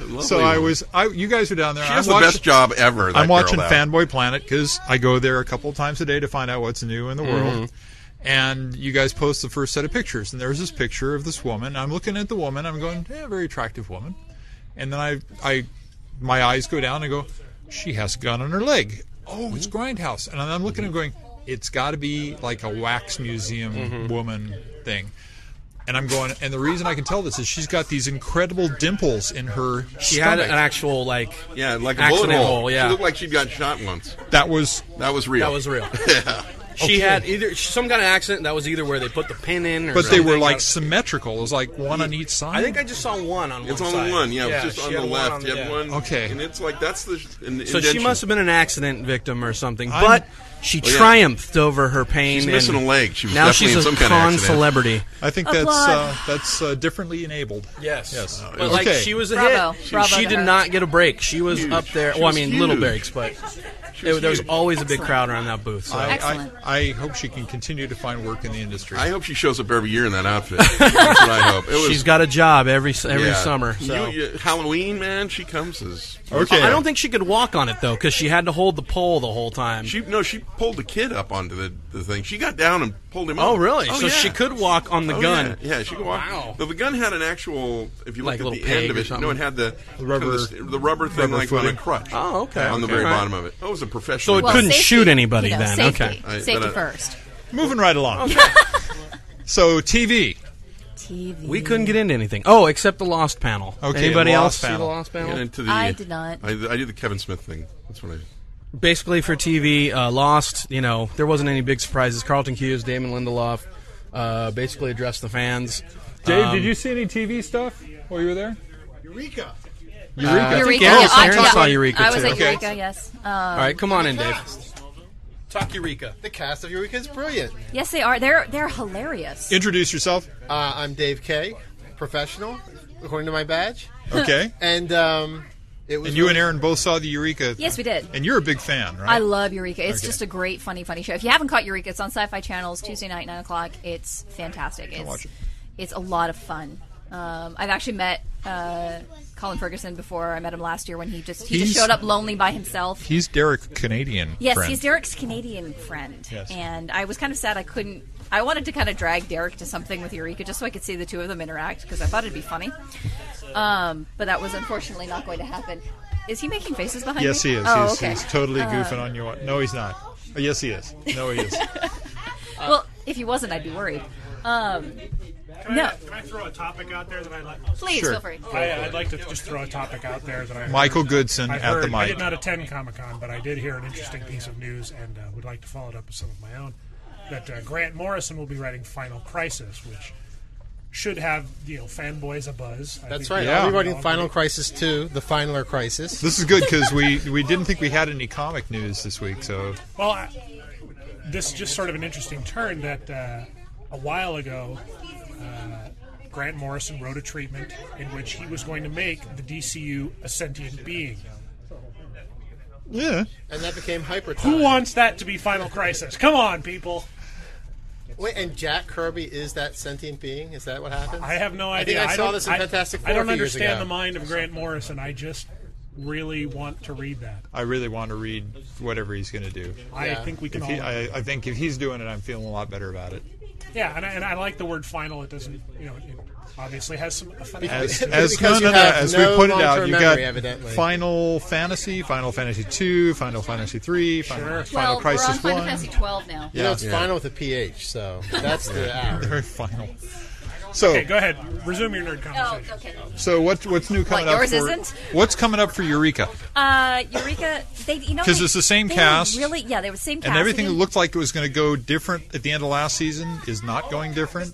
Lovely
so I
woman.
was. I, you guys were down there.
She
I'm
has the
watching-
best job ever. that
I'm watching
girl, that.
Fanboy Planet because I go there a couple times a day to find out what's new
Mm-hmm.
in the world. And you guys post the first set of pictures, and there's this picture of this woman. I'm looking at the woman. I'm going, yeah, very attractive woman. And then I, I, my eyes go down and go, she has a gun on her leg. Oh, it's Grindhouse. And I'm looking and going, it's got to be like a wax museum
Mm-hmm.
woman thing. And I'm going, and the reason I can tell this is she's got these incredible dimples in her.
She had an actual like.
Yeah, like a bullet
Accident
hole.
hole, yeah.
She looked like she'd gotten shot once.
That was
That was real.
That was real. She had either some kind of accident. That was either where they put the pin in, or
But they were
something.
like symmetrical. It was like one on each side.
I think I just saw one on one.
It's on
side.
the one, yeah. it's just
she
on
had
the
one
left.
on the-
you had
yeah.
one.
Okay.
And it's like that's the. sh- An
So she must have been an accident victim or something.
I'm-
but
Oh,
she
yeah.
triumphed over her pain.
She's missing
and
a leg. She was
now
definitely
she's
in
a
some
con
kind of accident.
celebrity.
I think
Applaud.
that's uh, that's uh, differently enabled.
Yes.
Yes.
Oh,
But like
Okay.
she was a
Bravo.
hit.
Bravo
she
to
did
her.
not get a break. She was
Huge.
up there.
She
well, I
was
mean, little
huge.
breaks, but
She
there, there was
huge.
always a big
Excellent.
crowd around that booth. So.
I, I,
Excellent.
I hope she can continue to find work in the industry.
I hope she shows up every year in that outfit. That's what I hope. It was,
She's got a job every s- every
yeah.
summer. So.
You- you- Halloween, man, she comes as.
okay.
I don't think she could walk on it though, because she had to hold the pole the whole time.
She no, she pulled the kid up onto the, the thing. She got down and pulled him. up.
oh, really?
Oh,
so
yeah.
she could walk on the
Oh,
gun.
Yeah, yeah she could walk.
Wow.
Though the gun had an actual. If you
Like
look
little
at the end
peg
of
or
it, no,
something.
it had the
The rubber-
kind of the, the rubber thing
rubber
like on
footing.
a crutch.
Oh, okay,
On the
okay.
very
All right.
bottom of it. That was a
So
professional.
it
gun.
couldn't
safety,
shoot anybody
you know,
then.
Safety,
Okay.
I-
safety
but uh, I-
first.
Moving right along. so TV.
TV.
We couldn't get into anything. Oh, except the Lost panel.
Okay,
Anybody
Lost
else see the
panel.
Lost panel?
Get into the-
I did not.
I, I did the Kevin Smith thing. That's what I.
basically for TV, uh, Lost. You know, there wasn't any big surprises. Carlton Hughes, Damon Lindelof, uh, basically addressed the fans.
Dave,
Um,
did you see any TV stuff while you were there?
Eureka. uh, I think
Eureka.
Aaron,
yeah, I,
Aaron
yeah,
saw Eureka
I was
too.
at
Okay.
Eureka. Yes. Um,
All right, come on in, Dave. Talk Eureka.
The cast of Eureka is brilliant.
Yes, they are. They're they're hilarious.
Introduce yourself.
Uh, I'm Dave K, professional, according to my badge.
Okay.
And um, it was
and you and
really-
Aaron both saw the Eureka.
Yes, we did.
And you're a big fan, right?
I love Eureka. It's
Okay.
just a great, funny, funny show. If you haven't caught Eureka, it's on Sci-Fi Channel's Tuesday night, nine o'clock. It's fantastic. It's
watch it.
it's a lot of fun. Um, I've actually met uh, Colin Ferguson before. I met him last year when he just he just
He's-
showed up lonely by himself.
He's Derek Canadian.
Yes,
friend.
he's Derek's Canadian friend.
Yes.
And I was kind of sad I couldn't. I wanted to kind of drag Derek to something with Eureka just so I could see the two of them interact because I thought it'd be funny. Um, but that was unfortunately not going to happen. Is he making faces behind
Yes,
me?
he is.
Oh,
he's,
okay.
he's totally goofing on you. No, he's not. Oh, yes, he is. No, he is.
well, if he wasn't, I'd be worried. Um, no,
Can I throw a topic out there that I'd like?
please
Sure.
feel free.
I, I'd like to just throw a topic out there that I.
Michael Goodson
I've
at
heard,
the
I
mic.
did not attend Comic Con, but I did hear an interesting piece of news, and uh, would like to follow it up with some of my own. That uh, Grant Morrison will be writing Final Crisis, which should have you know fanboys a buzz. I
That's
think
right.
Yeah.
I'll be writing Final Crisis 2, the finaler crisis.
This is good because we, we didn't think we had any comic news this week, so
Well, I, this is just sort of an interesting turn that uh, a while ago, uh, Grant Morrison wrote a treatment in which he was going to make the DCU a sentient being.
yeah.
And that became hyper.
Who wants that to be Final Crisis? Come on, people.
Wait, and Jack Kirby is that sentient being? Is that what happened?
I have no
I
idea.
think I saw
don't-
this in Fantastic Four
I
a
don't
few years
understand
ago.
the mind of Grant Morrison. I just really want to read that.
I really want to read whatever he's going to do.
I
Yeah.
think we can
If
all.
he, I, I think if he's doing it, I'm feeling a lot better about it.
yeah, and I, and I like the word final. It doesn't, you know, it obviously has some.
As,
effects.
as, no,
Because
no,
you
no,
have
as we
no
put it out,
long-term
you got
memory, evidently.
Final Fantasy, Final Fantasy two, Final Fantasy three, Final, Final
Well, we're on
Crisis
Final
one.
Fantasy 12 now.
You know, it's
Yeah.
final with a PH, so that's the hour.
Very final. So,
okay, go ahead. Resume your nerd
Oh,
conversation.
okay.
so what, what's new coming up?
yours
for-
isn't?
What's coming up for Eureka?
Uh, Eureka, they you know
'Cause
they-
it's the same
they
cast.
Really, yeah, they were the same cast.
And
They
everything that
didn't-
looked like it was going to go different at the end of last season is not going different.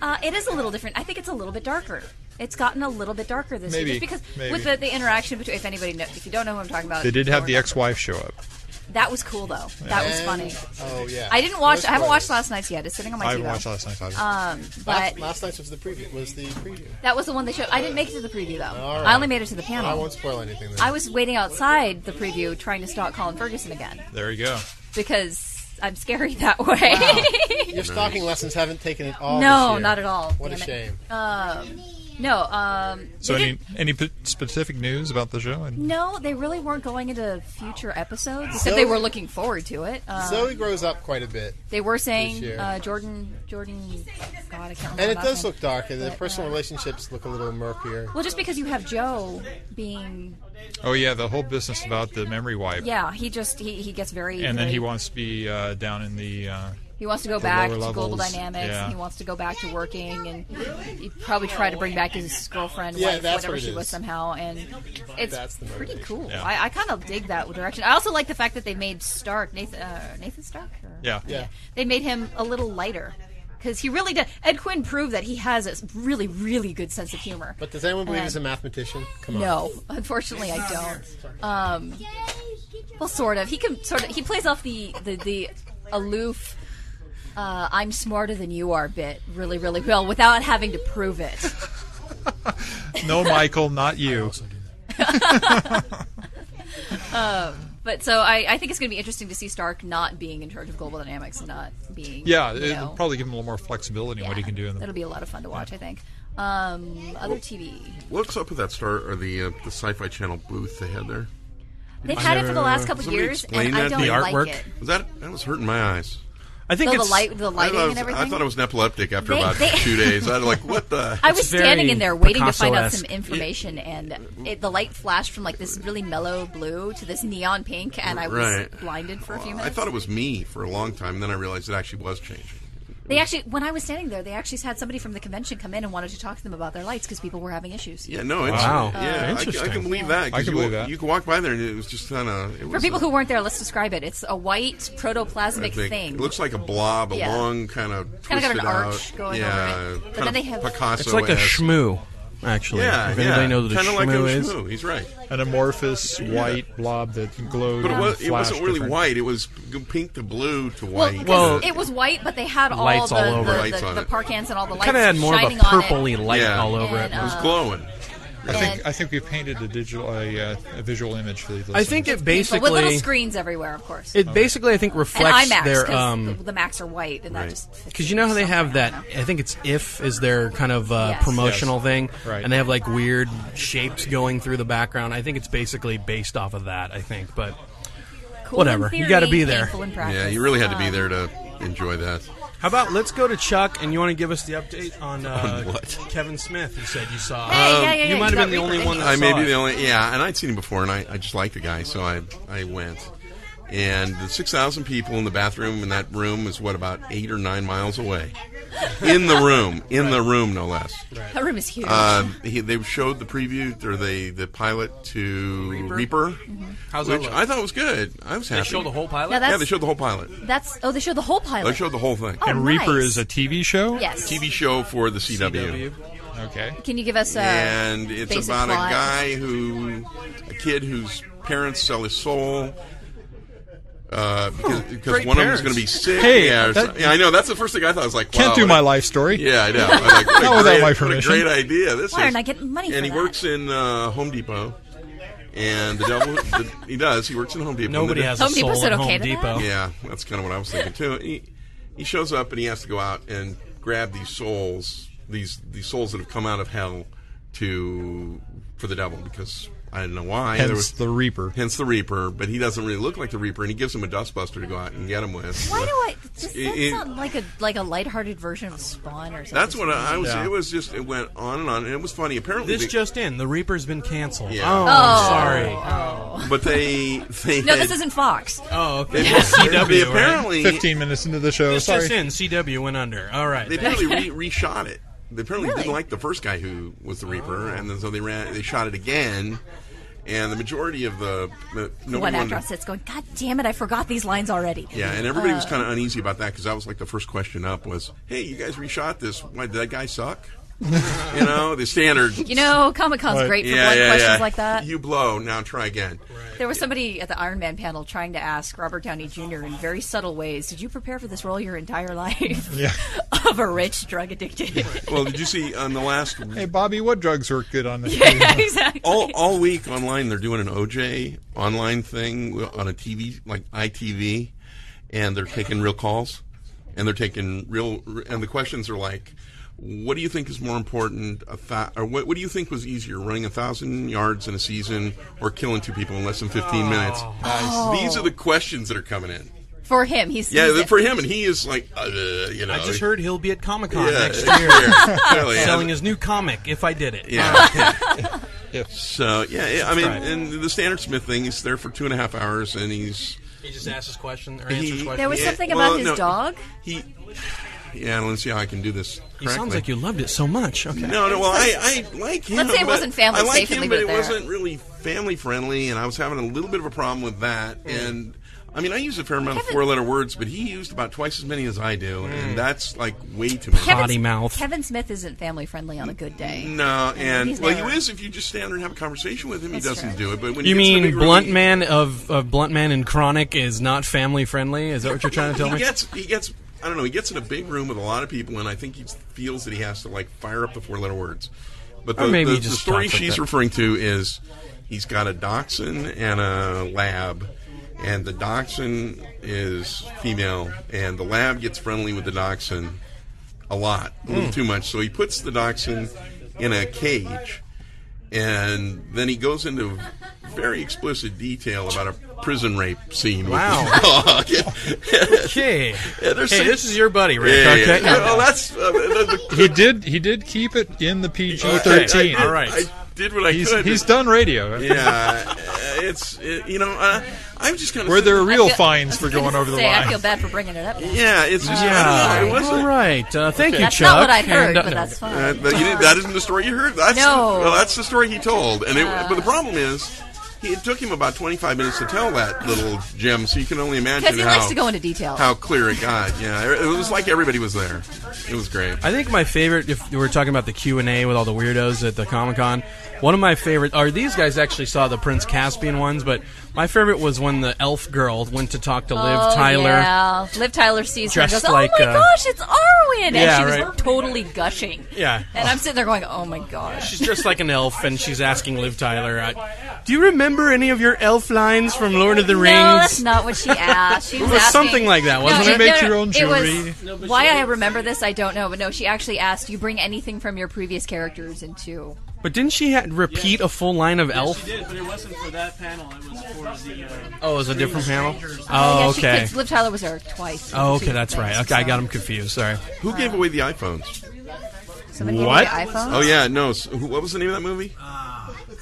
Uh, it is a little different. I think it's a little bit darker. It's gotten a little bit darker this
Maybe.
year, just because
Maybe.
with the, the interaction between. If anybody, know, if you don't know who I'm talking about,
They did
you
have
don't
the
remember.
ex-wife show up.
That was cool though. That was funny.
Oh yeah.
I didn't watch.
Those
I haven't
were-
watched last night's yet. It's sitting on my
I
TV. Um,
haven't watched last night either.
Uh, but
Last, last night's was the preview. Was the preview.
that was the one they showed. I didn't make it to the preview though.
All
I
right.
only made it to the panel.
I won't spoil anything. Then.
I was waiting outside the preview trying to stalk Colin Ferguson again
there you go.
because I'm scary that way.
Your stalking lessons haven't taken it all. this
no,
year.
not at all.
What a
damn it.
shame.
No, um,
So
they
any
did-
any p- specific news about the show? And
no, they really weren't going into future episodes. They said
Zoe-
they were looking forward to it. Um,
Zoe grows up quite a bit,
they were saying
This year.
uh, Jordan, Jordan. God, I can't remember.
and it
the
does
last name.
look dark, and the
But,
personal
uh,
relationships look a little murkier.
Well, just because you have Joe being,
oh yeah, the whole business about the memory wipe.
yeah, he just he, he gets very
And then
very-
he wants to be uh, down in the. Uh,
He wants to go back to
lower
Global
levels,
Dynamics.
yeah.
And he wants to go back to working, and he probably try to bring back his girlfriend,
Yeah,
wife,
that's
whatever
what it
she was
is.
somehow. And it's
That's the
pretty
motivation.
cool.
Yeah.
I, I kind of dig that direction. I also like the fact that they made Stark Nathan uh, Nathan Stark. Or,
Yeah. Yeah.
They made him a little lighter because he really did. Ed Quinn proved that he has a s- really really good sense of humor.
But does anyone believe
And-
he's a mathematician? Come on.
no, unfortunately, I don't. Um, well, sort of. He can sort of. He plays off the the, the aloof. Uh, I'm smarter than you are bit really really well without having to prove it.
no, Michael, not you.
Um, But so I, I think it's going to be interesting to see Stark not being in charge of global dynamics, and not being
Yeah,
you
it'll
know,
probably give him a little more flexibility in what he
yeah.
can do in
That'll
the.
be a lot of fun to watch. I think. Um, other TV.
What's up with that star or the uh, the Sci-Fi Channel booth they had there? Uh,
They've had it for the last couple
Somebody
years,
explain
and I
that,
don't
the
like
artwork?
it.
Was that that was hurting my eyes?
I think
Though the
it's
light, the lighting,
I, thought it
and
was-
everything.
I thought I was an epileptic after
They-
about
they-
two days. I was like, what the?
I was
It's very
standing in there waiting to find out some
Picasso-esque.
information, and it, the light flashed from like this really mellow blue to this neon pink, and I was
Right.
blinded for a few
I
minutes.
thought it was me for a long time. Then I realized it actually was changing.
they actually, when I was standing there, they actually had somebody from the convention come in and wanted to talk to them about their lights because people were having issues.
Yeah, no, it's,
Wow.
yeah, I, can- I
Interesting.
can believe that. 'cause
I can
you,
believe that.
You can walk by there and it was just kind of
For people who weren't there, let's describe it. It's a white protoplasmic thing.
It looks like a blob, a
Yeah.
long kind of
Kinda got an
twisted
arch
out-
going
yeah,
over it. But
kind
then
of
they have-
Picasso.
it's like a shmoo. Actually,
Yeah,
if
yeah.
anybody knows what a
kind of like a
shmoo is,
shmoo. He's right,
An amorphous white blob that glowed.
but it,
and
was, it wasn't
flashed
really
different.
white. It was pink to blue to
well,
white.
because
Well-
it was white, but they had all
Lights
the,
all over.
the,
Lights
the,
on
the
it.
parkans and all the lights
kind of had more of a
shining on it.
purpley light
Yeah.
all over
And,
it.
it was
uh,
glowing.
I think
And-
I think we painted a digital a, uh, a visual image for the.
I think it
But with little
basically
screens everywhere, of course.
it basically I think
and
reflects
IMAX,
their
because
um
the, the Macs are white, and that
Right.
just fits
Because you know how they have
something, I
that?
don't know.
I think it's if is their kind of uh,
Yes.
promotional
Yes.
thing,
Right.
and they have like weird shapes going through the background. I think it's basically based off of that. I think, but
Cool
Whatever.
in
You gotta
theory,
be there.
painful in practice. Um,
Yeah, you really had to be there to enjoy that.
how about let's go to Chuck, and you want to give us the update on, uh,
On what?
Kevin Smith? You said you saw. Um,
Hey, yeah, yeah, yeah,
you might have
got
been the only
rebranded.
one that
I may
saw
be
it.
the only. Yeah, and I'd seen him before, and I, I just liked the guy, so I I went. And the six thousand people in the bathroom in that room is what about eight or nine miles away, in the room, in the room, no less.
That room is huge.
Uh, he, they showed the preview or the the pilot to Reaper,
Mm-hmm. How's that
which
look?
I thought was good. I was happy.
They showed the whole pilot.
now that's,
yeah, they showed the whole pilot.
that's oh, they showed the whole
They
pilot.
showed the whole thing.
Oh,
And Reaper
nice.
is a TV show.
yes.
TV show for the CW.
Okay.
Can you give us a
and it's
basic
about
plot?
a guy who, a kid whose parents sell his soul. Uh, because because
great
one of them is
parents.
going to be sick.
Hey,
yeah, or
that-
something. yeah, I know. That's the first thing I thought. I was like,
Can't
wow,
do
what
my
a-
life story.
Yeah, I know. I was like, what a
Not without
great-
my
what a
permission.
great idea. This
Why aren't
is-
I getting money
And
for
he
that?
works in uh, Home Depot. And the devil, the, he does. He works in Home Depot. And the
Nobody
de-
has
Home
a
Depot
soul
said
at
okay
Home
to that?
Depot.
yeah, that's kind of what I was thinking too. He, he shows up and he has to go out and grab these souls, these these souls that have come out of hell to for the devil because I don't know why.
Hence
There was-
the Reaper.
hence the Reaper, but he doesn't really look like the Reaper, and he gives him a dustbuster to go out and get him with.
Why do I? Does that
It- it-
sound like a like a lighthearted version of Spawn or something?
That's what I, I was.
Yeah.
It was just it went on and on, and it was funny. Apparently,
This
they-
just in: the Reaper's been canceled.
Yeah.
Oh,
Oh.
I'm sorry.
but they they
No,
had-
this isn't Fox.
Oh, okay.
They,
CW.
they
right?
apparently
Fifteen minutes into the show.
This
Sorry.
just in: CW went under. All right.
they apparently re- reshot it. They apparently
Really?
didn't like the first guy who was the Reaper, and then so they ran they shot it again. And the majority of the, the nobody
One
wanted-
actor on sets going, God damn it, I forgot these lines already. Uh,
yeah, and everybody was kind of uneasy about that because that was like the first question up was, "Hey, you guys reshot this? Why did that guy suck?" you know, the standard.
You know, Comic Con's great for blunt questions like that.
You blow. Now try again.
There was somebody at the Iron Man panel trying to ask Robert Downey Jr. in very subtle ways, "Did you prepare for this role your entire life?"
Yeah.
of a rich drug addicted.
Well, did you see on the last
Hey, Bobby, what drugs work good on this?
yeah, exactly.
all all week online? They're doing an OJ online thing on a TV like ITV, and they're taking real calls, and they're taking real, and the questions are like. What do you think is more important? A thou- or what, what do you think was easier, running a thousand yards in a season or killing two people in less than
Oh.
fifteen minutes? These are the questions that are coming in.
For him, he's
Yeah,
he's-
for him, and he is like, uh, you know,
I just heard he'll be at Comic Con
Yeah,
next
yeah,
year,
clearly.
selling his new comic. If I did it,
Yeah.
Yeah.
So yeah, yeah, I mean,
Right.
and the Standard Smith thing. He's there for two and a half hours, and he's
he just asks his question or
he-
answers questions.
There was
yeah,
something
well,
about his
no,
dog.
He, yeah, let's see how I can do this.
He sounds
correctly.
like you loved it so much. Okay.
No, no. Well, I, I like him.
Let's say it
but-
wasn't family
I like
safe and
him,
leave
but
it
it
there.
wasn't really family friendly, and I was having a little bit of a problem with that. And I mean, I use a fair amount of
Kevin-
four letter words, but he used about twice as many as I do, and that's like way too much.
Kevin-
Mm. Potty mouth.
Kevin Smith isn't family friendly on a good day.
No, and
he's
well,
never-
you is if you just stand there and have a conversation with him. He
That's
doesn't
true.
do it. But when
You
he gets to the
mean
big
Blunt
room,
Man of, of Blunt Man and Chronic is not family friendly? Is that what you're trying to tell
He
me?
gets he gets I don't know. He gets in a big room with a lot of people, and I think he feels that he has to like fire up the four letter words. But the,
Or maybe
the,
he
the
just
story
talks like
she's
that.
referring to is he's got a dachshund and a lab, and the dachshund is female, and the lab gets friendly with the dachshund a lot, a
Hmm.
little too much. So he puts the dachshund in a cage, and then he goes into very explicit detail about a prison rape scene.
Wow.
With his dog.
Okay.
Yeah, there's
hey,
some-
this is your buddy,
Yeah,
Rick.
yeah,
okay.
yeah. Well, that's uh, the, the,
He did. He did keep it in the PG thirteen.
I- I-
All right.
I did what I
He's
could.
he's done radio.
Yeah, uh, it's it, you know uh, I'm just kind of
Where there are real
I feel-
fines for going over the
Say, I
line.
feel bad for bringing it up. now.
Yeah, it's just I don't know. It wasn't.
All right. Uh, thank you,
That's
Chuck.
not what I heard,
And, uh,
but that's fine.
Uh, that, you didn't- that isn't the story you heard. That's
No.
well, that's the story he told. And it, but the problem is, he, it took him about 25 minutes to tell that little gem. So you can only imagine
Because he
how
likes to go into detail.
how clear it got. Yeah, it, it was like everybody was there. It was great.
I think my favorite, if we're talking about the Q and A with all the weirdos at the Comic Con, one of my favorite are these guys. Actually, saw the Prince Caspian ones, but my favorite was when the elf girl went to talk to Liv
Oh,
Tyler.
Yeah. Liv Tyler sees her and
Just
goes,
like,
"Oh my
uh,
gosh, it's Arwen!"
Yeah,
and she was
right.
totally gushing.
Yeah.
And I'm sitting there going, "Oh my gosh."
She's dressed like an elf, and she's asking Liv Tyler, uh, "Do you remember any of your elf lines from Lord of the Rings?"
No, that's not what she asked. She was,
was
asking-
something like that, wasn't
no,
it?
it-
Did you make
no,
your own
it was-
jewelry?
why I remember this, I don't know, but no, she actually asked, "Do you bring anything from your previous characters into?"
But didn't she ha- repeat a full line of elf?
She did, but it wasn't for that panel. It was for the. Uh,
Oh, it was a different panel.
yeah,
Oh,
she-
okay.
'cause Liv Tyler was there twice.
Oh,
She-
okay, that's right. Okay, I got him confused. Sorry.
Who gave away the iPhones?
Somebody gave me
What?
the iPhone.
Oh yeah, no. s who, what was the name of that movie?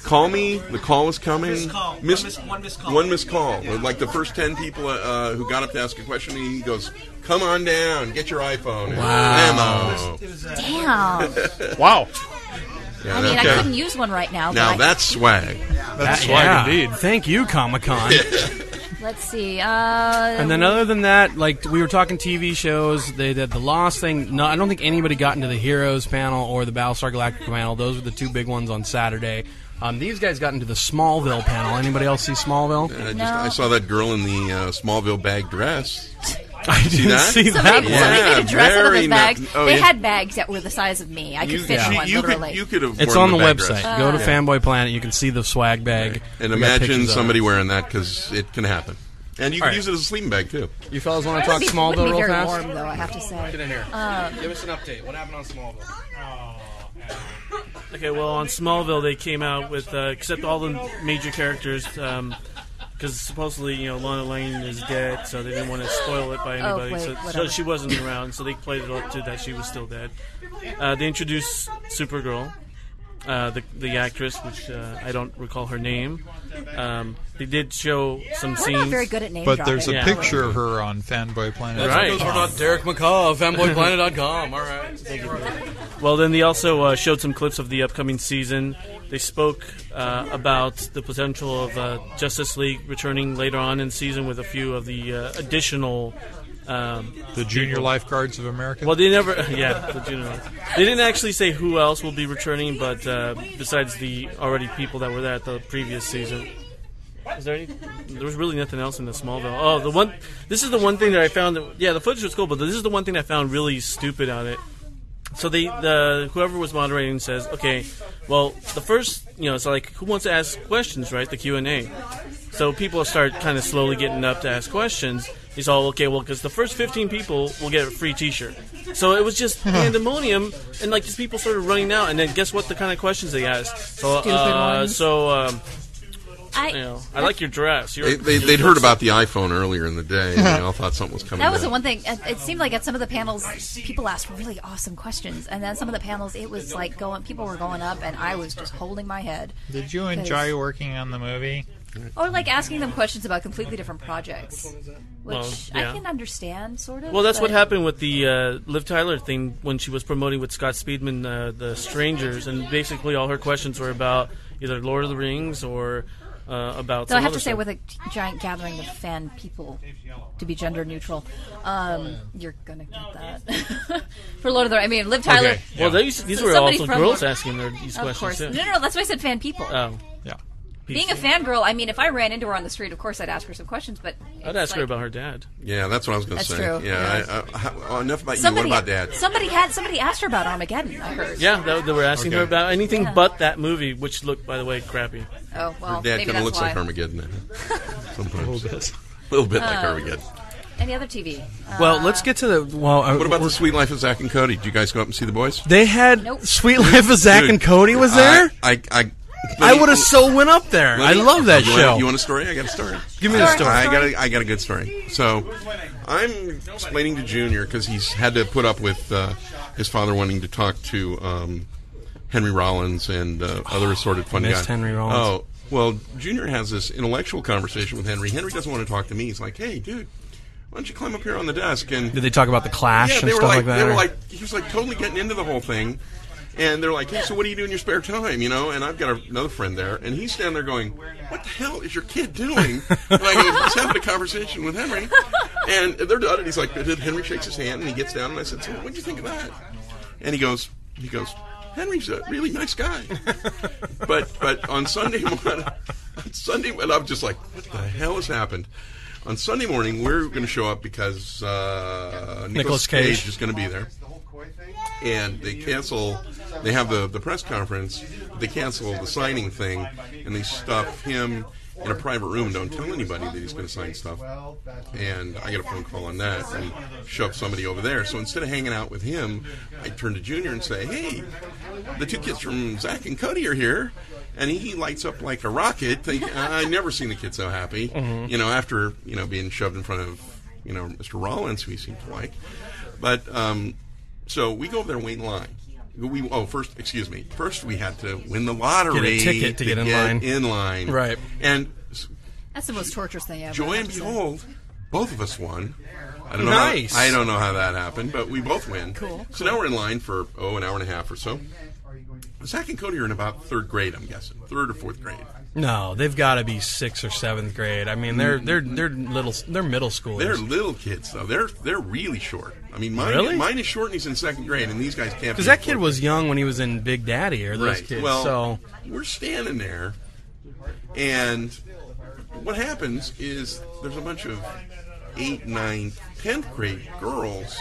call me. The call is coming.
Missed call. One miss- one missed call.
One missed call. Like the first ten people uh, who got up to ask a question, he goes, "Come on down, get your iPhone." Wow.
uh,
Damn.
Wow,
Yeah,
I mean, I
okay.
couldn't use one right now.
Now
but I-
that's swag.
that's
That-
swag
yeah.
indeed.
Thank you, Comic Con.
let's see. Uh,
and then other than that, like we were talking TV shows. They did the Lost thing. No, I don't think anybody got into the Heroes panel or the Battlestar Galactica panel. Those were the two big ones on Saturday. Um, these guys got into the Smallville panel. Anybody else see Smallville?
I, just,
No.
I saw that girl in the uh, Smallville bag dress.
I didn't
that?
see that
Somebody,
one.
Yeah,
somebody made a dress out of
very
his bag.
nice. Oh,
they
yeah.
had bags that were the size of me. I could fit in
she-
one,
you
literally. Oh,
could you could have.
It's
worn
on the,
bag
website.
dress.
Go to Fanboy Planet. You can see the swag bag.
and
We got
imagine
pictures of
somebody
it.
wearing that because it can happen. And you can
All right.
use it as a sleeping bag too.
You fellas want to
It
talk
would be, wouldn't
Smallville
be
real
very
fast?
warm, though, I have to say. Um,
in here. Give us an update. What happened on Smallville?
Okay, well, on Smallville, they came out with uh, except all the major characters, because supposedly you know Lana Lane is dead, so they didn't want to spoil it by
Oh,
anybody.
wait,
so, so
whatever.
she wasn't around, so they played it up to that she was still dead. Uh, they introduced Supergirl, uh, the the actress, which uh, I don't recall her name. Um, they did show some
We're
scenes.
not very good at name
But
dropping.
there's a
Yeah.
picture of her on Fanboy Planet.
Right. We're not Derek McCaw of fanboyplanet.com. All right.
Well, then they also uh, showed some clips of the upcoming season. They spoke uh, about the potential of uh, Justice League returning later on in the season with a few of the uh, additional Um,
The Junior Lifeguards of America.
well, they never. Yeah, the junior ones. They didn't actually say who else will be returning, but uh, besides the already people that were there at the previous season. Is there any? There was really nothing else in the Smallville. Oh, the one. This is the one thing that I found. That, yeah, the footage was cool, but this is the one thing I found really stupid on it. So they, the whoever was moderating says, okay, well, the first, you know, it's like who wants to ask questions, right? The Q and A. So people start kind of slowly getting up to ask questions. He's all okay, well, because the first 15 people will get a free T-shirt. So it was just pandemonium, and like just people started running out. And then guess what? The kind of questions they asked. So,
Stupid
uh,
ones.
so um,
I,
you know, I like your dress. You're,
They, they, they'd heard about the iPhone earlier in the day, and they all thought something was coming.
That was
out.
the one thing. It, it seemed like at some of the panels, people asked really awesome questions, and then some of the panels, it was like going. People were going up, and I was just holding my head,
Did you enjoy working on the movie?
Oh.
or like asking them questions about completely different projects, which
Well, yeah.
I can understand sort of.
Well, that's what
but-
happened with the uh, Liv Tyler thing when she was promoting with Scott Speedman, uh, The Strangers, and basically all her questions were about either Lord of the Rings or uh, about.
So I
some
have
other
to say,
stuff.
with a t- giant gathering of fan people, to be gender neutral, um, you're gonna get that for Lord of the. I mean, Liv Tyler.
Okay.
well, these, these
So
were
somebody
also
from-
girls asking their, these
Of
questions
course, no,
too.
no, no. That's why I said fan people.
Oh,
Yeah.
Being a fangirl, I mean, if I ran into her on the street, of course I'd ask her some questions. But
I'd
it's
ask her
like-
about her dad.
Yeah, that's what I was going to
That's
say.
true.
Yeah.
Yeah.
I, I, how, oh, enough about
somebody.
you. What about that?
Somebody had somebody asked her about Armageddon. I heard.
Yeah, that, they were asking
Okay.
her about anything
Yeah.
but that movie, which looked, by the way, crappy.
Oh well,
Dad
maybe
kind of
that's
looks
why.
like Armageddon. eh? Sometimes a little bit,
Yes.
Oh.
like Armageddon.
Um, Any other TV? Uh,
Well, let's get to the well. uh,
What about the Sweet Life of Zach and Cody? Did you guys go up and see the boys?
They had
Nope.
Sweet Life of Zach
Dude,
and Cody was
I-
there.
I I,
I would have so went up there. I
Let me-
love that
you want-
show.
you want a story? I got a story.
Give me the
I-
story.
I got a, I got a good story. So I'm explaining to Junior because he's had to put up with uh, his father wanting to talk to um, Henry Rollins and uh, other assorted fun
missed
guys.
Henry Rollins.
Oh well, Junior has this intellectual conversation with Henry. Henry doesn't want to talk to me. He's like, "Hey, dude, why don't you climb up here on the desk and
Did they talk about the Clash
yeah,
and
they were
stuff
like,
like, that?
they were
or-
like, he was like totally getting into the whole thing, and they're like, hey, so what do you do in your spare time? You know, and I've got a, another friend there, and he's standing there going, what the hell is your kid doing? like he's having a conversation with Henry, and they're done, and he's like, Henry shakes his hand, and he gets down, and I said, so what do you think of that? And he goes, he goes, Henry's a really nice guy, but but on Sunday morning, on Sunday, and I'm just like, what the hell has happened? On Sunday morning, we're going to show up because uh,
Nicolas
Nicholas
Cage.
Cage. is going to be there, and they cancel. They have the the press conference. but They cancel the signing thing, and they stuff him in a private room. Don't tell anybody that he's going to sign stuff. And I got a phone call on that and shove somebody over there. So instead of hanging out with him, I turn to Junior and say, "Hey, the two kids from Zach and Cody are here." And he lights up like a rocket. Think, I never seen a kid so happy.
Mm-hmm.
You know, after you know being shoved in front of you know Mr. Rollins, who he seemed to like. But um, so we go over there and wait in line. We oh first excuse me first we had to win the lottery
ticket to get in line.
in line
Right.
and s-
that's the most torturous thing ever.
joy and behold both of us won I don't know
Nice.
how, I don't know how that happened but we both win
Cool.
so now we're in line for oh an hour and a half or so Zach and Cody are in about third grade I'm guessing third or fourth grade
no, they've got to be sixth or seventh grade. I mean, they're they're they're little they're middle schoolers.
they're little kids though they're they're really short I mean mine
Really?
mine is short and he's in second grade and these guys can't
because
be
that kid
fourth
was young when he was in Big Daddy or those
Right.
kids.
Well,
so
we're standing there, and what happens is there's a bunch of eight, nine, tenth grade girls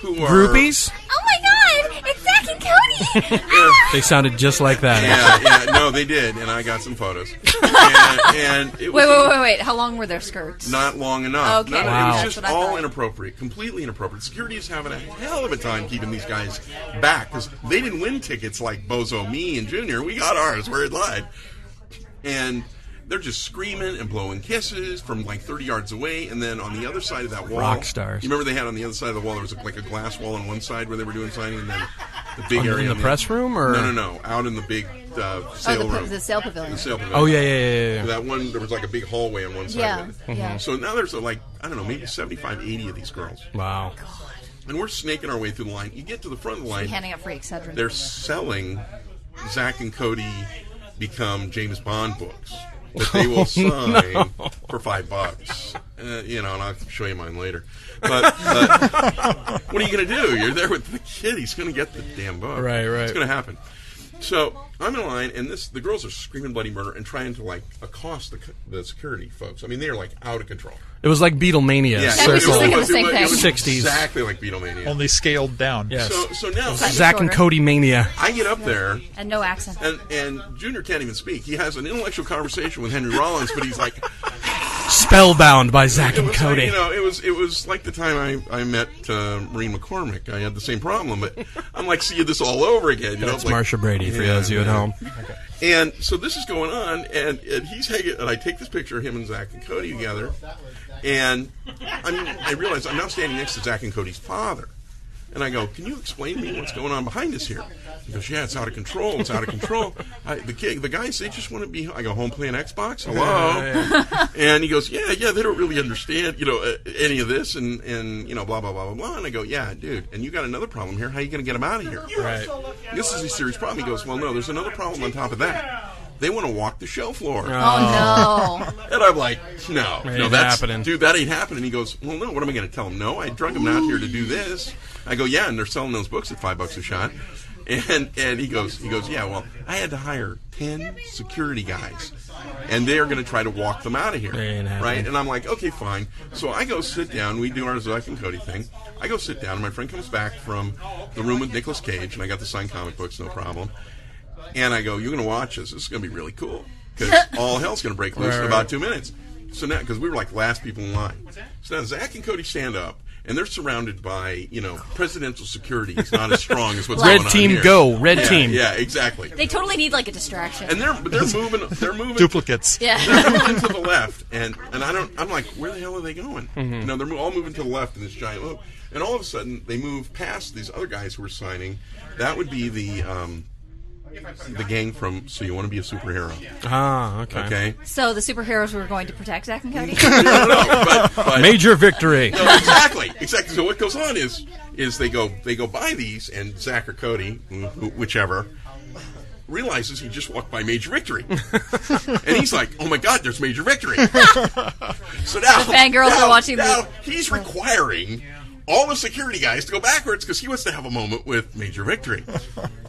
who are
groupies,
Oh my God! It's Zach and Cody. Ah!
they sounded just like that.
Yeah, uh, yeah, no, they did, and I got some photos. And, and it was
wait, wait, wait, wait. How long were their skirts?
not long enough.
Okay.
No, no,
Wow.
It was just
That's what I
all
thought.
inappropriate, completely inappropriate. Security is having a hell of a time keeping these guys back because they didn't win tickets like Bozo, me, and Junior. We got ours. We're in line. And they're just screaming and blowing kisses from like 30 yards away. And then on the other side of that wall.
Rock stars.
You remember they had on the other side of the wall, there was like a glass wall on one side where they were doing signing, and then the big
On- Oh, in
area.
the
on
press room, or-
No, no, no. Out in the big uh,
oh,
sale
the, pa-
room.
the sale pavilion.
The sale pavilion.
Oh yeah, yeah, yeah, yeah, yeah.
That one, there was like a big hallway on one side.
Yeah,
Of it. Mm-hmm.
yeah.
So now there's uh, like, I don't know, maybe 75, 80 of these girls.
Wow.
And we're snaking our way through the line. You get to the front of the line,
handing out free Excedrin.
they're selling Zach and Cody
Oh,
become James Bond books that they will sign for five bucks. uh, you know, and I'll show you mine later. But uh, what are you going to do? You're there with the kid. He's going to get the damn book.
Right, right.
It's going to happen. So I'm in line, and this the girls are screaming bloody murder and trying to like accost the, c- the security folks. I mean, they are like out of control.
It was like Beatlemania.
I was just
circle.
thinking the same
it was
thing.
Exactly like Beatlemania.
Only scaled down.
Yes.
so, so now
Exactly.
Zach and Cody Mania.
I get up there,
And no accent.
and, and Junior can't even speak. He has an intellectual conversation with Henry Rollins, but he's like,
Spellbound by Zach
it
and
was like,
Cody.
you know, it was it was like the time I, I met uh, Maureen McCormick. I had the same problem, but I'm like, see this all over again. You know,
It's
like-
Marsha Brady for
Yeah,
those of you at
yeah.
home.
And so this is going on, and, and he's hanging, and I take this picture of him and Zach and Cody together, and I'm, I realize I'm now standing next to Zach and Cody's father. And I go, can you explain to me what's going on behind us here? He goes, yeah, it's out of control. It's out of control. I, the kid, the guys, they just want to be. I go home playing Xbox. Hello. And he goes, yeah, yeah. They don't really understand, you know, uh, any of this, and and you know, blah blah blah blah blah. And I go, yeah, dude. And you got another problem here. How are you going to get them out of here?
Right.
This is a serious problem. He goes, Well, no, there's another problem on top of that. They want to walk the show floor.
Oh no!
And I'm like, No,
It
no,
ain't
that's
happening."
dude, that ain't happening. He goes, Well, no, what am I going to tell them? No, I drug them out here to do this. I go, Yeah, and they're selling those books at five bucks a shot. And and he goes, he goes, yeah. Well, I had to hire ten security guys, and they are going to try to walk them out of here,
Ain't happening.
right? And I'm like, okay, fine. So I go sit down. We do our Zach and Cody thing. I go sit down, and my friend comes back from the room with Nicolas Cage, and I got the signed comic books, no problem. And I go, you're going to watch this. This is going to be really cool because all hell's going to break loose in about two minutes. So now, because we were like last people in line. So now Zach and Cody stand up, and they're surrounded by, you know, presidential security. It's not as strong as what's
Red
going
team
on here.
go. Red
Yeah,
team.
Yeah, exactly.
They totally need like a distraction.
And they're they're moving they're moving
Duplicates.
yeah.
they're moving to the left, and and I don't. I'm like, where the hell are they going?
Mm-hmm.
You know, they're mo- all moving to the left in this giant loop, and all of a sudden they move past these other guys who are signing. That would be the um, the gang from So You Want to Be a Superhero?
Ah, okay.
Okay,
So the superheroes were going to protect Zack and Cody.
No, no, but- but-
Major victory.
No, exactly, exactly. So what goes on is is they go they go buy these, and Zach or Cody, wh- whichever, realizes he just walked by Major Victory, and he's like, "Oh my God, there's Major Victory!" so now
The fangirls
now,
are watching
Now
the-
he's requiring. All the security guys to go backwards because he wants to have a moment with Major Victory.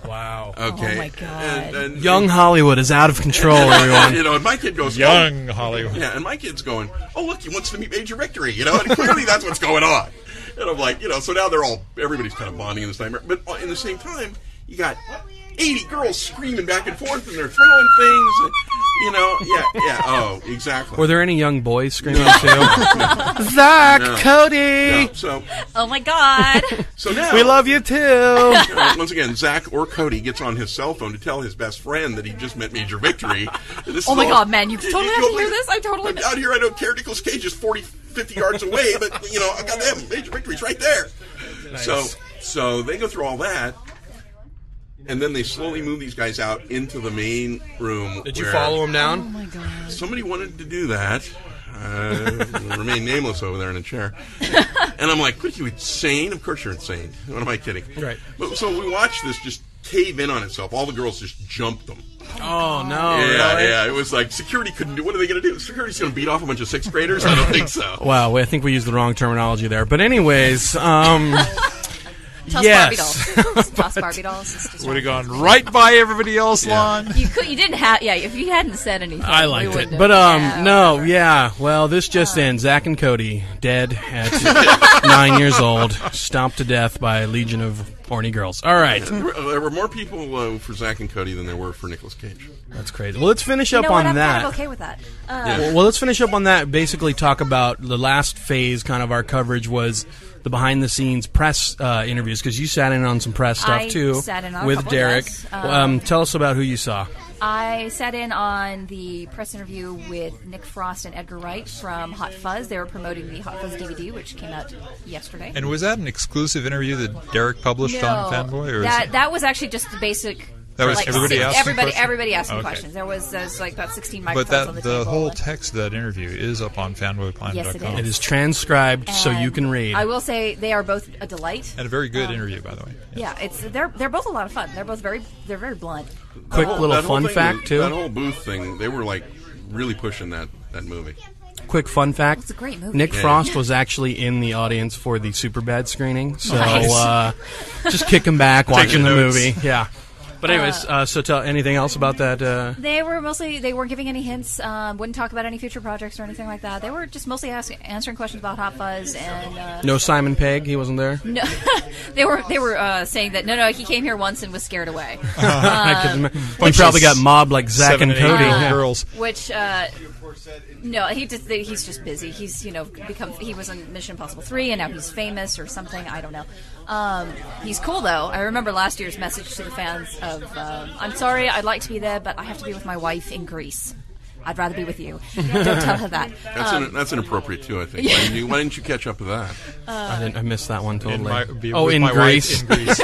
Wow.
Okay.
Oh, my God.
And, and,
Young Hollywood is out of control, everyone.
you know, and my kid goes, "Oh,
Young Hollywood.
yeah, and my kid's going, "Oh, look, he wants to meet Major Victory," you know, and clearly that's what's going on. And I'm like, you know, so now they're all everybody's kind of bonding in this time, but uh, in the same time, you got 80 girls screaming back and forth, and they're throwing things, and, you know, yeah, yeah, oh, exactly.
Were there any young boys screaming too? Zach,
No.
Cody,
Yeah, so,
oh my god!
so now
we love you too.
you know, once again, Zach or Cody gets on his cell phone to tell his best friend that he just met Major Victory. And this
Oh
is
my
all-
God, man, you totally have to
go
hear
like-
this? I totally
I'm
know.
out here. I don't care. Nicholas Cage is 40, 50 yards away, but you know, I got them. Major Victory's right there. So, so they go through all that. And then they slowly move these guys out into the main room.
Did you
where
follow him down?
Oh
Somebody wanted to do that. Uh, remain nameless over there in a chair. And I'm like, what are you insane? Of course you're insane. What am I kidding?
Right.
But, so we watched this just cave in on itself. All the girls just jumped them.
Oh no!
yeah,
really?
yeah. It was like security couldn't do. What are they going to do? Security's going to beat off a bunch of sixth graders? I don't think so.
Wow, we- I think we used the wrong terminology there. But anyways, um,
Toss Barbie
yes.
dolls. Toss Barbie dolls. It's just-
Would have gone right by everybody else, Lon.
You could. You didn't have. Yeah. If you hadn't said anything,
I
we
liked
wouldn't
it,
have-
but um,
yeah,
no,
whatever.
yeah. Well, this just in: Zach and Cody dead at nine years old, stomped to death by a legion of horny girls. All right,
There were, there were more people uh, for Zach and Cody than there were for Nicolas Cage.
that's crazy. Well, let's finish up
You know
on
what? I'm
that.
kind of okay with that. Uh,
Yeah.
Well, let's finish up on that. Basically, talk about the last phase. Kind of our coverage was the behind the scenes press uh, interviews because you sat in on some press stuff
I
too
sat in on a
with
couple,
Derek.
yes.
Um,
Um,
tell us about who you saw.
I sat in on the press interview with Nick Frost and Edgar Wright from Hot Fuzz. They were promoting the Hot Fuzz DVD, which came out yesterday.
And was that an exclusive interview that Derek published on Fanboy? Or is
that
it-
that was actually just the basic.
That was
like,
everybody
six-
asking
everybody,
questions?
everybody asking
Okay.
questions. There was, there was like about sixteen
but
microphones
that
on
the,
the, table.
whole
and-
text of that interview is up on fanboyplanet.com.
Yes, it is.
It is transcribed so you
and
can read.
I will say they are both a delight.
And a very good
Um,
interview, by the way.
Yeah, it's they're they're both a lot of fun. They're both very they're very blunt. Um,
Quick
That whole-
little
that whole
fun
thing
fact
was-
too.
That whole booth thing, they were like really pushing that, that movie.
quick fun fact.
It's a great movie.
Nick
Yeah.
Frost was actually in the audience for the Superbad screening, so uh, just kick him back watching the
notes.
movie. Yeah. But anyways, uh, so tell anything else about that? Uh,
They were mostly they weren't giving any hints, um, wouldn't talk about any future projects or anything like that. They were just mostly ask, answering questions about Hot Fuzz and uh,
no Simon Pegg, he wasn't there.
no, they were they were uh, saying that no no he came here once and was scared away,
I could
uh,
remember. He
bunch
probably
of
got mobbed like Zach
seven
and
and eight
Cody.
year old
Yeah.
girls.
which uh, no he just he's just busy. He's you know become he was in Mission Impossible three and now he's famous or something I don't know. Um, he's cool though. I remember last year's message to the fans of um, I'm sorry I'd like to be there but I have to be with my wife in Greece. I'd rather be with you. Don't tell her that. Um,
That's, an, that's inappropriate too. I think. Why, didn't you, why didn't you catch up with that?
I, didn't, I missed that one totally.
In my, be
oh,
with
in
my wife
Greece.
in Greece.